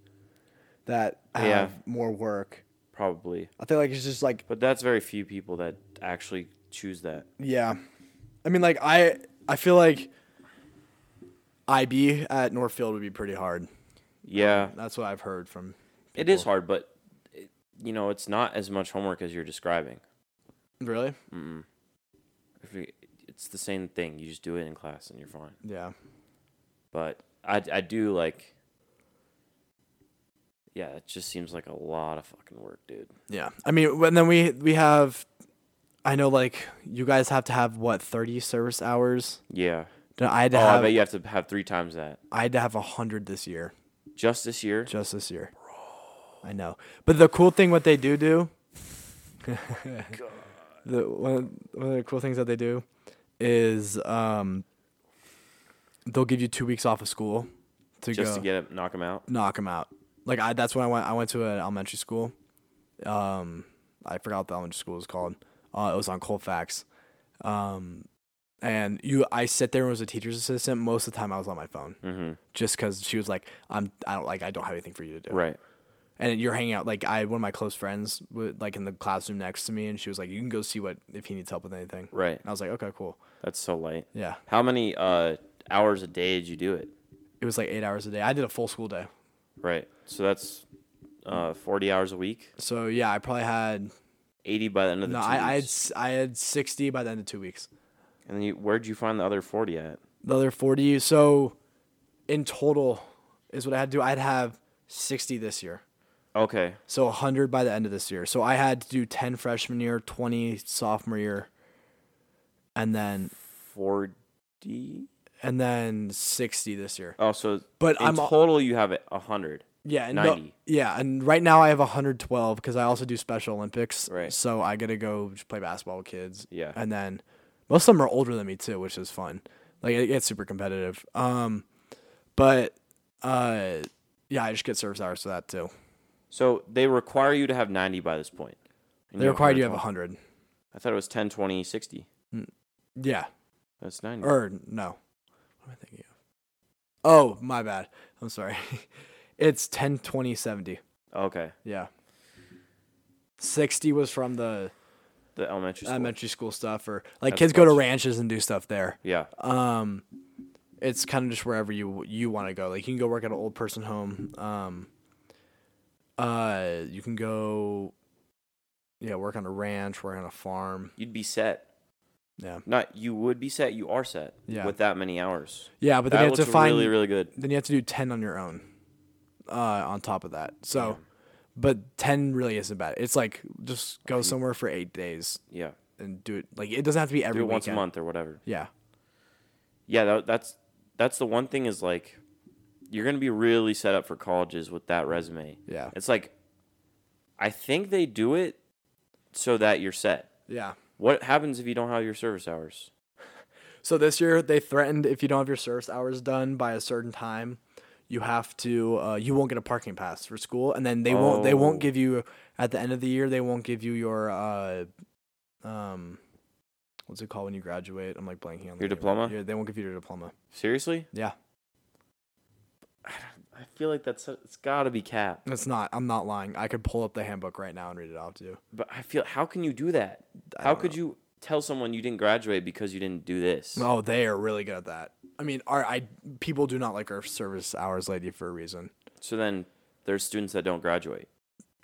Speaker 2: that have
Speaker 1: Yeah.
Speaker 2: more work.
Speaker 1: Probably.
Speaker 2: I think like it's just like
Speaker 1: But that's very few people that actually choose that.
Speaker 2: yeah. I mean, like I I feel like IB at Northfield would be pretty hard.
Speaker 1: Yeah.
Speaker 2: That's what I've heard from.
Speaker 1: It is hard, but it, you know, it's not as much homework as you're describing.
Speaker 2: Really?
Speaker 1: If you, it's the same thing. You just do it in class and you're fine.
Speaker 2: Yeah.
Speaker 1: But I, I do like yeah, it just seems like a lot of fucking work, dude.
Speaker 2: Yeah. I mean, when- and then we we have, I know like you guys have to have what thirty service hours.
Speaker 1: Yeah.
Speaker 2: No, I had to
Speaker 1: Oh, I
Speaker 2: have
Speaker 1: bet you have to have three times that
Speaker 2: I had to have hundred this year,
Speaker 1: just this year.
Speaker 2: just this year. I know. But the cool thing what they do do, <laughs> the one one of the cool things that they do is um, they'll give you two weeks off of school to
Speaker 1: just
Speaker 2: go.
Speaker 1: to get him, knock him out.
Speaker 2: knock them out. Like I, that's when I went. I went to an elementary school. Um, I forgot what the elementary school was called. Uh, it was on Colfax. Um, and you, I sit there and was a teacher's assistant. Most of the time, I was on my phone
Speaker 1: Mm-hmm.
Speaker 2: just because she was like, "I'm, I don't like, I don't have anything for you to do."
Speaker 1: Right.
Speaker 2: And you're hanging out. Like I, one of my close friends, would, like in the classroom next to me, and she was like, "You can go see what if he needs help with anything."
Speaker 1: Right.
Speaker 2: And I was like, "Okay, cool."
Speaker 1: That's so light.
Speaker 2: Yeah,
Speaker 1: How many uh, hours a day did you do it?
Speaker 2: it was like eight hours a day. I did a full school day.
Speaker 1: Right. So that's uh, 40 hours a week.
Speaker 2: So yeah, I probably had
Speaker 1: 80 by the end of the
Speaker 2: no,
Speaker 1: two
Speaker 2: I, I had,
Speaker 1: weeks.
Speaker 2: s- I had sixty by the end of two weeks.
Speaker 1: And then you, where'd you find the other 40 at?
Speaker 2: the other 40 so in total is what i had to do i'd have 60 this year
Speaker 1: Okay.
Speaker 2: so 100 by the end of this year so i had to do 10 freshman year 20 sophomore year and then
Speaker 1: 40?
Speaker 2: and then 60 this year
Speaker 1: Oh, so
Speaker 2: But
Speaker 1: in
Speaker 2: I'm al-
Speaker 1: total you have it 100.
Speaker 2: yeah and no-
Speaker 1: 90.
Speaker 2: yeah and right now i have 112 because i also do special olympics
Speaker 1: Right.
Speaker 2: so i gotta go just play basketball with kids
Speaker 1: Yeah.
Speaker 2: and then most of them are older than me too which is fun like it gets super competitive um but uh yeah i just get service hours for that too
Speaker 1: So they require you to have 90 by this point. And
Speaker 2: They required you have
Speaker 1: 112.
Speaker 2: 100.
Speaker 1: I thought it was 10, 20, 60.
Speaker 2: Yeah.
Speaker 1: That's 90.
Speaker 2: Or no. What am I thinking of? Oh, my bad. I'm sorry. <laughs> it's 10, 20, 70.
Speaker 1: okay.
Speaker 2: Yeah. 60 was from the
Speaker 1: The elementary school.
Speaker 2: elementary school stuff or like
Speaker 1: That's
Speaker 2: kids go to
Speaker 1: close.
Speaker 2: ranches and do stuff there.
Speaker 1: yeah.
Speaker 2: Um it's kind of just wherever you you want to go. Like you can go work at an old person home. Um uh you can go yeah, work on a ranch, work on a farm.
Speaker 1: You'd be set.
Speaker 2: Yeah.
Speaker 1: Not you would be set, you are set
Speaker 2: Yeah.
Speaker 1: with that many hours.
Speaker 2: Yeah, but then
Speaker 1: that
Speaker 2: you have
Speaker 1: looks
Speaker 2: to find
Speaker 1: really, really good.
Speaker 2: then you have to do 10 on your own uh, on top of that. So, but 10 really isn't bad. It's like just go somewhere for eight days
Speaker 1: Yeah.
Speaker 2: and do it. Like, it doesn't have to be every
Speaker 1: Do it once a
Speaker 2: weekend.
Speaker 1: month or whatever.
Speaker 2: Yeah.
Speaker 1: yeah that, that's that's the one thing is like you're gonna be really set up for colleges with that resume
Speaker 2: Yeah.
Speaker 1: it's like i think they do it so that you're set
Speaker 2: Yeah.
Speaker 1: what happens if you don't have your service hours
Speaker 2: So this year they threatened if you don't have your service hours done by a certain time, you have to uh, you won't get a parking pass for school, and then they won't they
Speaker 1: Oh.
Speaker 2: won't give you at the end of the year they won't give you your uh, um what's it called when you graduate? I'm like blanking on the
Speaker 1: Your
Speaker 2: name.
Speaker 1: diploma?
Speaker 2: Yeah, they won't give you your diploma.
Speaker 1: seriously
Speaker 2: Yeah,
Speaker 1: i feel like that's it's gotta be cap
Speaker 2: It's not. I'm not lying. I could pull up the handbook right now and read it off to you.
Speaker 1: but i feel how can you do that how could you tell someone you didn't graduate because you didn't do this
Speaker 2: Oh, they are really good at that. I mean, our I people do not like our service hours lady for a reason.
Speaker 1: so then there's students that don't graduate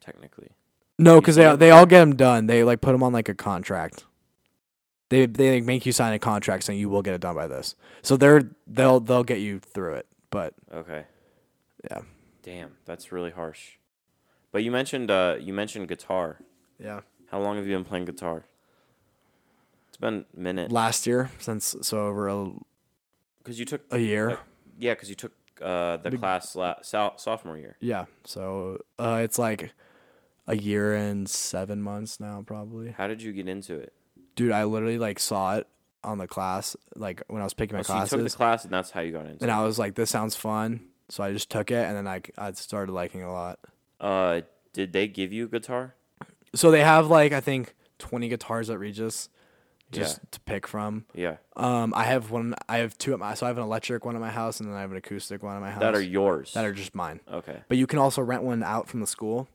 Speaker 1: technically
Speaker 2: No, because they
Speaker 1: Yeah.
Speaker 2: they all get them done. They like put them on like a contract. They they like, make you sign a contract saying you will get it done by this. So they're they'll they'll get you through it. But
Speaker 1: Okay.
Speaker 2: Yeah.
Speaker 1: Damn, that's really harsh. But you mentioned uh you mentioned guitar.
Speaker 2: yeah,
Speaker 1: How long have you been playing guitar? It's been a minute.
Speaker 2: last year since so over a,
Speaker 1: Cuz you took
Speaker 2: a year.
Speaker 1: yeah, cuz you took uh the class la- so- sophomore year.
Speaker 2: Yeah, so uh, it's like a year and seven months now probably.
Speaker 1: How did you get into it?
Speaker 2: dude, I literally like saw it on the class, like when I was picking my
Speaker 1: Oh, so you
Speaker 2: classes,
Speaker 1: took the class and that's how you got into
Speaker 2: and I was like, this sounds fun. So I just took it, and then I I started liking it a lot.
Speaker 1: it. Uh did they give you guitar?
Speaker 2: So they have like I think twenty guitars at Regis, just
Speaker 1: Yeah.
Speaker 2: to pick from.
Speaker 1: Yeah.
Speaker 2: Um, I have one, I have two at my, so I have an electric one at my house, and then I have an acoustic one at my house.
Speaker 1: That are yours.
Speaker 2: that are just mine.
Speaker 1: okay.
Speaker 2: But you can also rent one out from the school.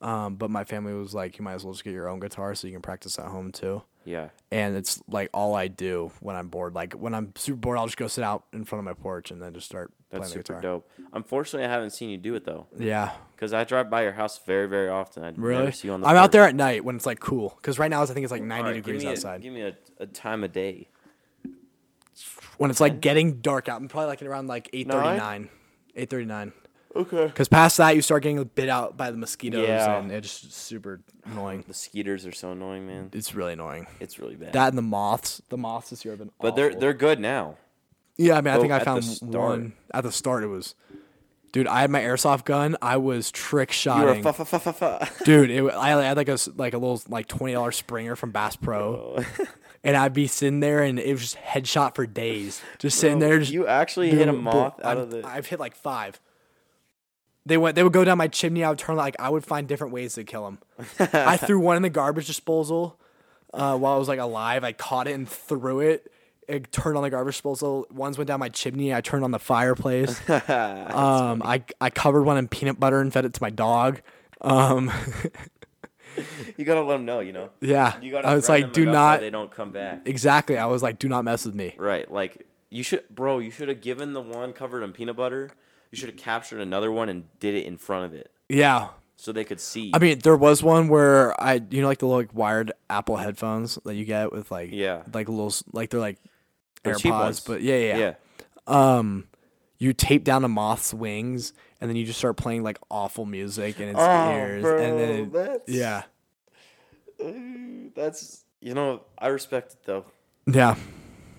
Speaker 2: Um, but my family was like, you might as well just get your own guitar so you can practice at home too.
Speaker 1: Yeah.
Speaker 2: and it's like all I do when I'm bored. Like when I'm super bored, I'll just go sit out in front of my porch and then just start
Speaker 1: That's
Speaker 2: playing the
Speaker 1: super
Speaker 2: guitar.
Speaker 1: dope. Unfortunately, I haven't seen you do it though,
Speaker 2: Yeah,
Speaker 1: because I drive by your house very, very often. I
Speaker 2: really.
Speaker 1: never see you on
Speaker 2: I'm
Speaker 1: the.
Speaker 2: out
Speaker 1: porch.
Speaker 2: there at night when it's like cool because right now it's, I think it's like 90
Speaker 1: All right,
Speaker 2: degrees
Speaker 1: give me
Speaker 2: outside.
Speaker 1: A, give me a, a time of day.
Speaker 2: when it's like getting dark out, I'm probably like around like 8:39, 8:39.
Speaker 1: Okay.
Speaker 2: Because past that, you start getting bit out by the mosquitoes,
Speaker 1: Yeah.
Speaker 2: and it's just super annoying.
Speaker 1: The skeeters are so annoying, man.
Speaker 2: It's really annoying.
Speaker 1: It's really bad.
Speaker 2: That and the moths. The moths this year have been.
Speaker 1: but they're
Speaker 2: awful.
Speaker 1: they're good now.
Speaker 2: Yeah, I mean, I
Speaker 1: Oh,
Speaker 2: think I
Speaker 1: at the
Speaker 2: found
Speaker 1: start.
Speaker 2: one at the start. It was, dude. I had my airsoft gun. I was trick
Speaker 1: You were
Speaker 2: shotting,
Speaker 1: fa fa fa fa fa. <laughs>
Speaker 2: dude. It, wa- I had like a s- like a little like twenty dollar Springer from Bass Pro, and I'd be sitting there and it was just headshot for days, just sitting there. Just
Speaker 1: You actually hit a
Speaker 2: boom, boom.
Speaker 1: moth out
Speaker 2: I've-
Speaker 1: of the.
Speaker 2: I've hit like five. They went. They would go down my chimney. I would turn like I would find different ways to kill
Speaker 1: <laughs>
Speaker 2: them. I threw one in the garbage disposal uh, while I was like alive. I caught it and threw it. It turned on the garbage disposal. Ones went down my chimney. I turned on
Speaker 1: <laughs>
Speaker 2: the fireplace. um, I I covered one in peanut butter and fed it to my dog. Um, <laughs>
Speaker 1: You gotta let them know, you know.
Speaker 2: yeah,
Speaker 1: You gotta.
Speaker 2: I was
Speaker 1: threaten
Speaker 2: like,
Speaker 1: them
Speaker 2: do
Speaker 1: enough where
Speaker 2: not
Speaker 1: They don't come back.
Speaker 2: exactly. I was like, do not mess with me.
Speaker 1: Right, like you should, bro. You should have given the one covered in peanut butter. You should have captured another one and did it in front of it
Speaker 2: Yeah,
Speaker 1: so they could see.
Speaker 2: I mean, there was one where I, you know, like the little like, wired Apple headphones that you get with like,
Speaker 1: Yeah.
Speaker 2: like little, s- like they're like
Speaker 1: The cheap ones.
Speaker 2: AirPods, but yeah, yeah, yeah.
Speaker 1: yeah.
Speaker 2: Um, you tape down a moth's wings, and then you just start playing like awful music in its
Speaker 1: Oh,
Speaker 2: ears,
Speaker 1: bro,
Speaker 2: and then
Speaker 1: that's-
Speaker 2: yeah,
Speaker 1: Ooh, That's you know, I respect it though.
Speaker 2: yeah,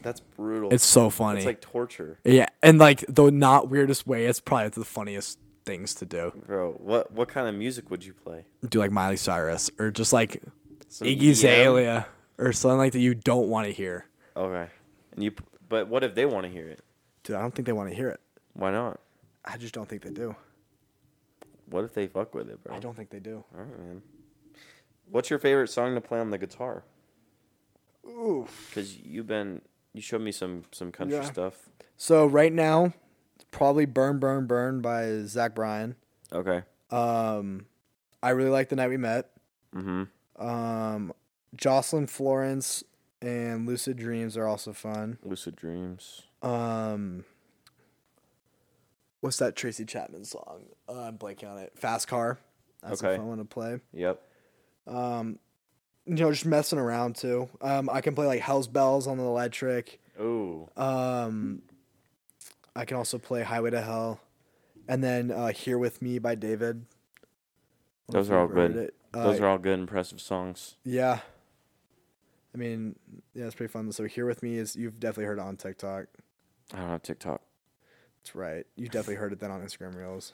Speaker 1: That's brutal.
Speaker 2: it's so funny.
Speaker 1: It's like torture,
Speaker 2: yeah, and like the not weirdest way, it's probably the funniest things to do.
Speaker 1: bro. What what kind of music would you play?
Speaker 2: Do like Miley Cyrus or just like
Speaker 1: Some
Speaker 2: Iggy
Speaker 1: EDM?
Speaker 2: Azalea or something like that you don't want to hear.
Speaker 1: Okay, and you. p- But what if they want to hear it?
Speaker 2: Dude, I don't think they want to hear it.
Speaker 1: Why not?
Speaker 2: I just don't think they do.
Speaker 1: What if they fuck with it, bro?
Speaker 2: I don't think they do.
Speaker 1: All right, man. What's your favorite song to play on the guitar?
Speaker 2: Oof.
Speaker 1: Cause you've been you showed me some some country
Speaker 2: Yeah.
Speaker 1: stuff.
Speaker 2: So right now, it's probably "Burn, Burn, Burn" by Zach Bryan.
Speaker 1: Okay.
Speaker 2: Um, I really like "The Night We Met."
Speaker 1: Mm-hmm.
Speaker 2: Um, Jocelyn Florence and "Lucid Dreams" are also fun.
Speaker 1: Lucid Dreams.
Speaker 2: Um, what's that Tracy Chapman song? Uh, I'm blanking on it. "Fast Car." That's a
Speaker 1: Okay.
Speaker 2: fun one to play.
Speaker 1: Yep.
Speaker 2: Um, you know, just messing around too. Um, I can play like "Hell's Bells" on the electric.
Speaker 1: Ooh.
Speaker 2: Um, I can also play Highway to Hell, and then uh, Here with Me by David. I don't know
Speaker 1: Those
Speaker 2: if
Speaker 1: are all
Speaker 2: you've heard
Speaker 1: good.
Speaker 2: it. Uh,
Speaker 1: Those are all good, impressive songs.
Speaker 2: yeah. I mean, yeah, it's pretty fun. So Here with Me is you've definitely heard it on TikTok.
Speaker 1: I don't have TikTok.
Speaker 2: That's right. You definitely heard it then on Instagram Reels.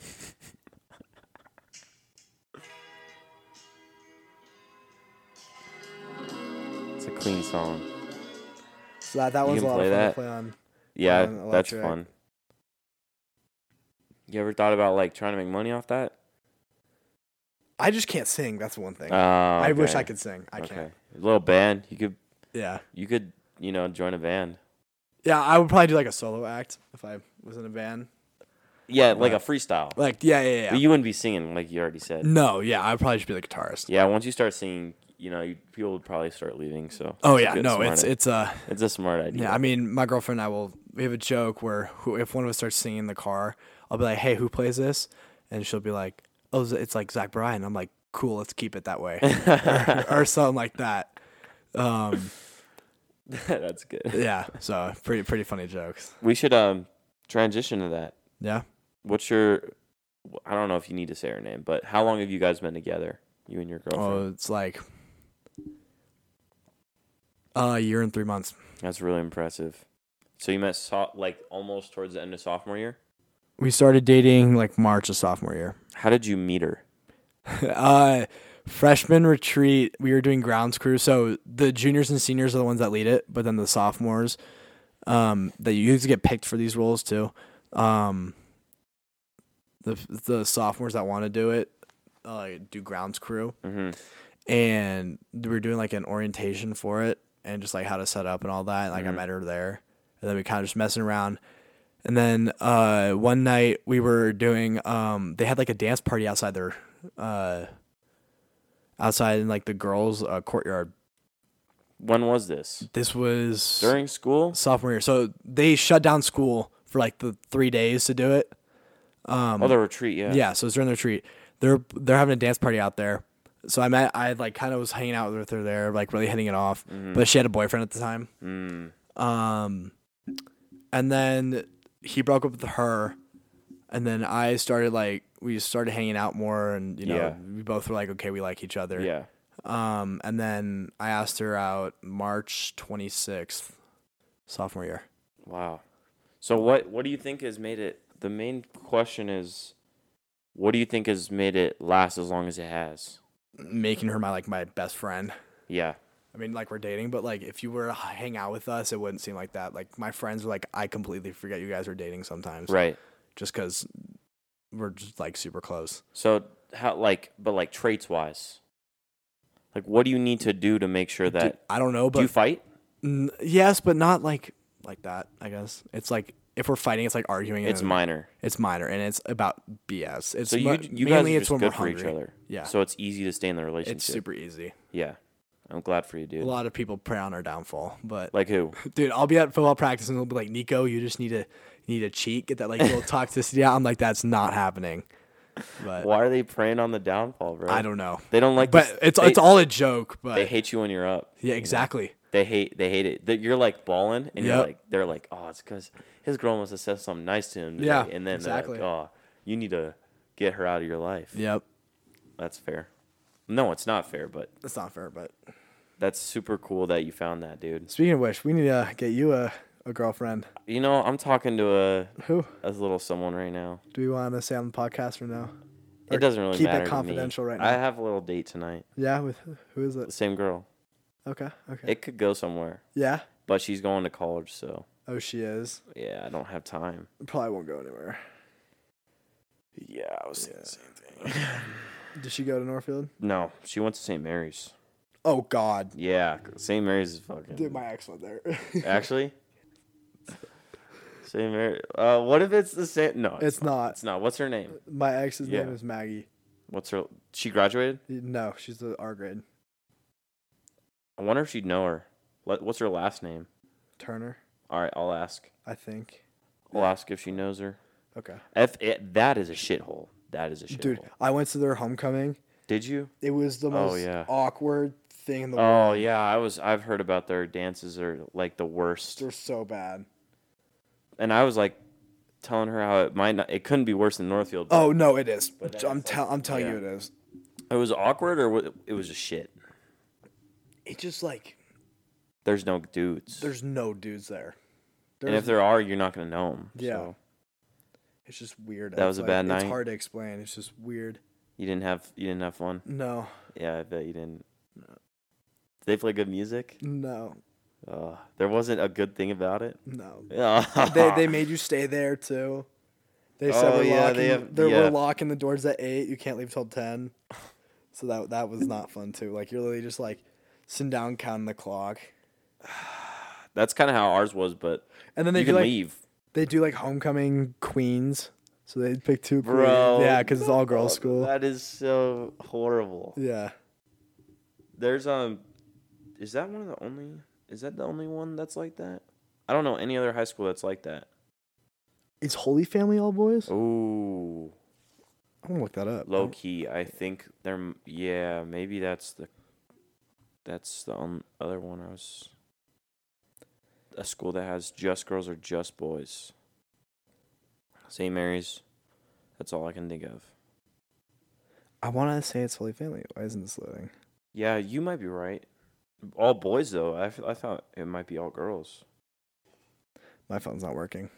Speaker 1: It's a clean song.
Speaker 2: So that that
Speaker 1: You
Speaker 2: one's a
Speaker 1: can
Speaker 2: lot
Speaker 1: play
Speaker 2: of fun
Speaker 1: that.
Speaker 2: to play on.
Speaker 1: Yeah,
Speaker 2: Fun,
Speaker 1: that's
Speaker 2: electric.
Speaker 1: fun. You ever thought about like trying to make money off that?
Speaker 2: I just can't sing. That's the one thing.
Speaker 1: Oh,
Speaker 2: I wish I
Speaker 1: okay.
Speaker 2: could sing. I can't.
Speaker 1: Okay. A little band. You could
Speaker 2: Yeah.
Speaker 1: you could, you know, join a band.
Speaker 2: Yeah, I would probably do like a solo act if I was in a band.
Speaker 1: Yeah, like a
Speaker 2: Right.
Speaker 1: freestyle.
Speaker 2: Like, yeah, yeah, yeah.
Speaker 1: But you wouldn't be singing like you already said.
Speaker 2: no, yeah, I would probably just be the guitarist.
Speaker 1: Yeah, once you start singing, you know, you, people would probably start leaving. So
Speaker 2: Oh yeah,
Speaker 1: Good
Speaker 2: no,
Speaker 1: smart
Speaker 2: it's
Speaker 1: i-
Speaker 2: it's uh
Speaker 1: it's a smart idea. <laughs>
Speaker 2: Yeah, I mean, my girlfriend and I will. We have a joke where who, if one of us starts singing in the car, I'll be like, "Hey, who plays this?" And she'll be like, "Oh, it's- it's like Zach Bryan." I'm like, "Cool, let's keep it that way,"
Speaker 1: <laughs>
Speaker 2: or, or something like that. Um,
Speaker 1: That's good.
Speaker 2: yeah, so pretty pretty funny jokes.
Speaker 1: We should um transition to that.
Speaker 2: Yeah,
Speaker 1: What's your? I don't know if you need to say her name, but how long have you guys been together? You and your girlfriend.
Speaker 2: oh, it's like uh, a year and three months.
Speaker 1: That's really impressive. So you met so- like almost towards the end of sophomore year.
Speaker 2: We started dating like March of sophomore year.
Speaker 1: How did you meet her?
Speaker 2: <laughs> uh freshman retreat we were doing grounds crew so the juniors and seniors are the ones that lead it but then the sophomores um that you used to get picked for these roles too um the the sophomores that want to do it uh do grounds crew
Speaker 1: Mm-hmm.
Speaker 2: and we were doing like an orientation for it and just like how to set up and all that. Like I met her there, and then we kind of just messing around. And then uh, one night we were doing, um, they had like a dance party outside their, uh, outside in like the girls' uh, courtyard.
Speaker 1: When was this?
Speaker 2: This was
Speaker 1: During school.
Speaker 2: sophomore year, so they shut down school for like the three days to do it. Um,
Speaker 1: oh, the retreat. Yeah.
Speaker 2: Yeah, so it's during the retreat. They're they're having a dance party out there. So I met I like kind of was hanging out with her there, like really hitting it off.
Speaker 1: Mm-hmm.
Speaker 2: But she had a boyfriend at the time.
Speaker 1: Mm.
Speaker 2: Um, and then he broke up with her, and then I started like we started hanging out more, and you know
Speaker 1: Yeah.
Speaker 2: we both were like, okay, we like each other.
Speaker 1: Yeah.
Speaker 2: Um, and then I asked her out March 26th, sophomore year.
Speaker 1: Wow. So what what do you think has made it? The main question is, what do you think has made it last as long as it has?
Speaker 2: Making her my like my best friend.
Speaker 1: Yeah.
Speaker 2: I mean, like we're dating, but like if you were to h- hang out with us, it wouldn't seem like that. Like my friends were like, I completely forget you guys are dating sometimes,
Speaker 1: Right.
Speaker 2: Just because we're just like super close.
Speaker 1: So how like but like traits wise, like what do you need to do to make sure
Speaker 2: Dude,
Speaker 1: that
Speaker 2: I don't know,
Speaker 1: do you
Speaker 2: Oh, but
Speaker 1: fight?
Speaker 2: mm, yes, but not like like that. I guess it's like if we're fighting, it's like arguing.
Speaker 1: It's
Speaker 2: and-
Speaker 1: minor.
Speaker 2: It's minor, and it's about BS. It's
Speaker 1: So you
Speaker 2: mu-
Speaker 1: you guys are
Speaker 2: mainly
Speaker 1: just
Speaker 2: it's when
Speaker 1: good
Speaker 2: we're
Speaker 1: for
Speaker 2: hungry.
Speaker 1: each other.
Speaker 2: Yeah,
Speaker 1: So it's easy to stay in the relationship.
Speaker 2: it's super easy.
Speaker 1: yeah. I'm glad for you, dude.
Speaker 2: A lot of people prey on our downfall, but
Speaker 1: Like who?
Speaker 2: dude, I'll be at football practice and they'll be like, "Nico, you just need to you need to cheat, get that
Speaker 1: <laughs>
Speaker 2: like little toxicity out." I'm like, "That's not happening," but
Speaker 1: Why are they preying on the downfall, bro?
Speaker 2: I don't know.
Speaker 1: They don't like.
Speaker 2: But
Speaker 1: this-
Speaker 2: it's
Speaker 1: they,
Speaker 2: it's all a joke.
Speaker 1: They
Speaker 2: But
Speaker 1: hate you when you're up.
Speaker 2: yeah, exactly.
Speaker 1: They hate they hate it. That you're like balling and you're
Speaker 2: Yep.
Speaker 1: like they're like, Oh, it's cause his girl must have said something nice to him. today,"
Speaker 2: Yeah,
Speaker 1: And then they're like,
Speaker 2: exactly.
Speaker 1: Oh, you need to get her out of your life.
Speaker 2: Yep,
Speaker 1: That's fair. No, it's not fair, but
Speaker 2: that's not fair. But
Speaker 1: that's super cool that you found that, dude.
Speaker 2: speaking of which, we need to get you a a girlfriend.
Speaker 1: You know, I'm talking to a
Speaker 2: Who
Speaker 1: a little someone right now.
Speaker 2: do we want to say on the podcast or no?
Speaker 1: It doesn't really
Speaker 2: keep it
Speaker 1: matter.
Speaker 2: confidential
Speaker 1: to me.
Speaker 2: right now.
Speaker 1: I have a little date tonight.
Speaker 2: Yeah, with who is
Speaker 1: The
Speaker 2: it?
Speaker 1: same girl.
Speaker 2: Okay, okay.
Speaker 1: It could go somewhere.
Speaker 2: yeah.
Speaker 1: But she's going to college, so
Speaker 2: Oh, she is.
Speaker 1: yeah, I don't have time.
Speaker 2: Probably won't go anywhere.
Speaker 1: Yeah, I was
Speaker 2: thinking the
Speaker 1: same thing.
Speaker 2: Did she go to Norfield?
Speaker 1: no, she went to St. Mary's.
Speaker 2: Oh God,
Speaker 1: Yeah, St. Mary's is fucking.
Speaker 2: dude, my ex went there.
Speaker 1: <laughs>
Speaker 2: <laughs>
Speaker 1: Actually, St. Mary. Uh, what if it's the same? No, it's,
Speaker 2: it's not.
Speaker 1: it's not. What's her name?
Speaker 2: My ex's
Speaker 1: Yeah.
Speaker 2: name is Maggie.
Speaker 1: What's her? She graduated.
Speaker 2: No, she's the R grade.
Speaker 1: I wonder if she'd know her. What, what's her last name?
Speaker 2: Turner,
Speaker 1: All right, I'll ask.
Speaker 2: I think.
Speaker 1: I'll ask if she knows her.
Speaker 2: Okay.
Speaker 1: If it, that is a shithole. That is a
Speaker 2: Dude,
Speaker 1: shithole.
Speaker 2: I went to their homecoming.
Speaker 1: Did you?
Speaker 2: It was the most
Speaker 1: Oh, yeah.
Speaker 2: awkward thing in the world.
Speaker 1: Oh yeah, I was. I've heard about their dances are like the worst.
Speaker 2: They're so bad.
Speaker 1: and I was like telling her how it might not, it couldn't be worse than Northfield.
Speaker 2: Oh no, it is. I'm
Speaker 1: that's
Speaker 2: tell I'm telling
Speaker 1: yeah.
Speaker 2: you, it is.
Speaker 1: It was awkward, or wa- it was just shit.
Speaker 2: It just like
Speaker 1: There's no dudes,
Speaker 2: there's no dudes there.
Speaker 1: and if
Speaker 2: There's-
Speaker 1: there are, you're not gonna know them.
Speaker 2: Yeah.
Speaker 1: so
Speaker 2: it's just weird.
Speaker 1: That
Speaker 2: It's
Speaker 1: was a
Speaker 2: like-
Speaker 1: bad night.
Speaker 2: It's hard to explain. It's just weird.
Speaker 1: you didn't have you didn't have fun.
Speaker 2: No,
Speaker 1: Yeah, I bet you didn't. Did they play good music?
Speaker 2: no,
Speaker 1: Uh, there wasn't a good thing about it. <laughs>
Speaker 2: no.
Speaker 1: Yeah.
Speaker 2: they they made you stay there too. They said
Speaker 1: Oh,
Speaker 2: we're
Speaker 1: yeah,
Speaker 2: locking
Speaker 1: they
Speaker 2: the-
Speaker 1: have-
Speaker 2: they're-
Speaker 1: yeah.
Speaker 2: we're locking the doors at eight. You can't leave till ten. So that that was not fun too. Like you're literally just like sitting down counting the clock.
Speaker 1: <laughs> That's kind of how ours was, but
Speaker 2: And then they
Speaker 1: you
Speaker 2: do
Speaker 1: can
Speaker 2: like
Speaker 1: leave.
Speaker 2: they do like homecoming queens. So they pick two queens.
Speaker 1: Bro.
Speaker 2: Yeah, because it's all girls school.
Speaker 1: That is so horrible.
Speaker 2: Yeah.
Speaker 1: There's um, is that one of the only? Is that the only one that's like that? I don't know any other high school that's like that.
Speaker 2: Is Holy Family all boys?
Speaker 1: Ooh,
Speaker 2: I'm gonna look that up.
Speaker 1: low key. I think there. m- Yeah, maybe that's the. That's the um, other one I was. A school that has just girls or just boys. St. Mary's. That's all I can think of.
Speaker 2: I wanna say it's Holy Family. Why isn't this loading?
Speaker 1: Yeah, you might be right. All boys though. I, f- I thought it might be all girls.
Speaker 2: My phone's not working.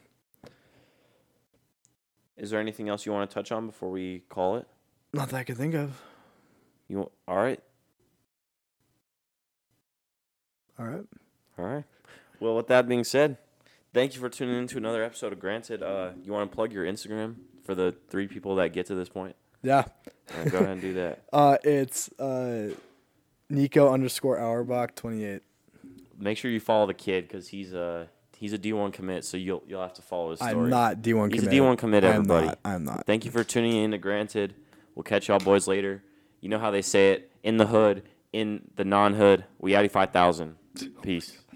Speaker 1: Is there anything else you want to touch on before we call it?
Speaker 2: Not that I could think of.
Speaker 1: You wa- all right?
Speaker 2: All right.
Speaker 1: All right. Well, with that being said, thank you for tuning in to another episode of Granted. Uh, you want to plug your Instagram for the three people that get to this point?
Speaker 2: Yeah.
Speaker 1: All right, go ahead and do that.
Speaker 2: Uh, it's uh, Nico underscore Auerbach twenty eight.
Speaker 1: Make sure you follow the kid because he's a he's a D one commit, so you'll you'll have to follow his story.
Speaker 2: I'm not D one.
Speaker 1: He's a D1 commit, everybody.
Speaker 2: I'm not. I'm not.
Speaker 1: Thank you for tuning in to Granted. We'll catch y'all boys later. You know how they say it in the hood, in the non hood. We out five thousand. Peace.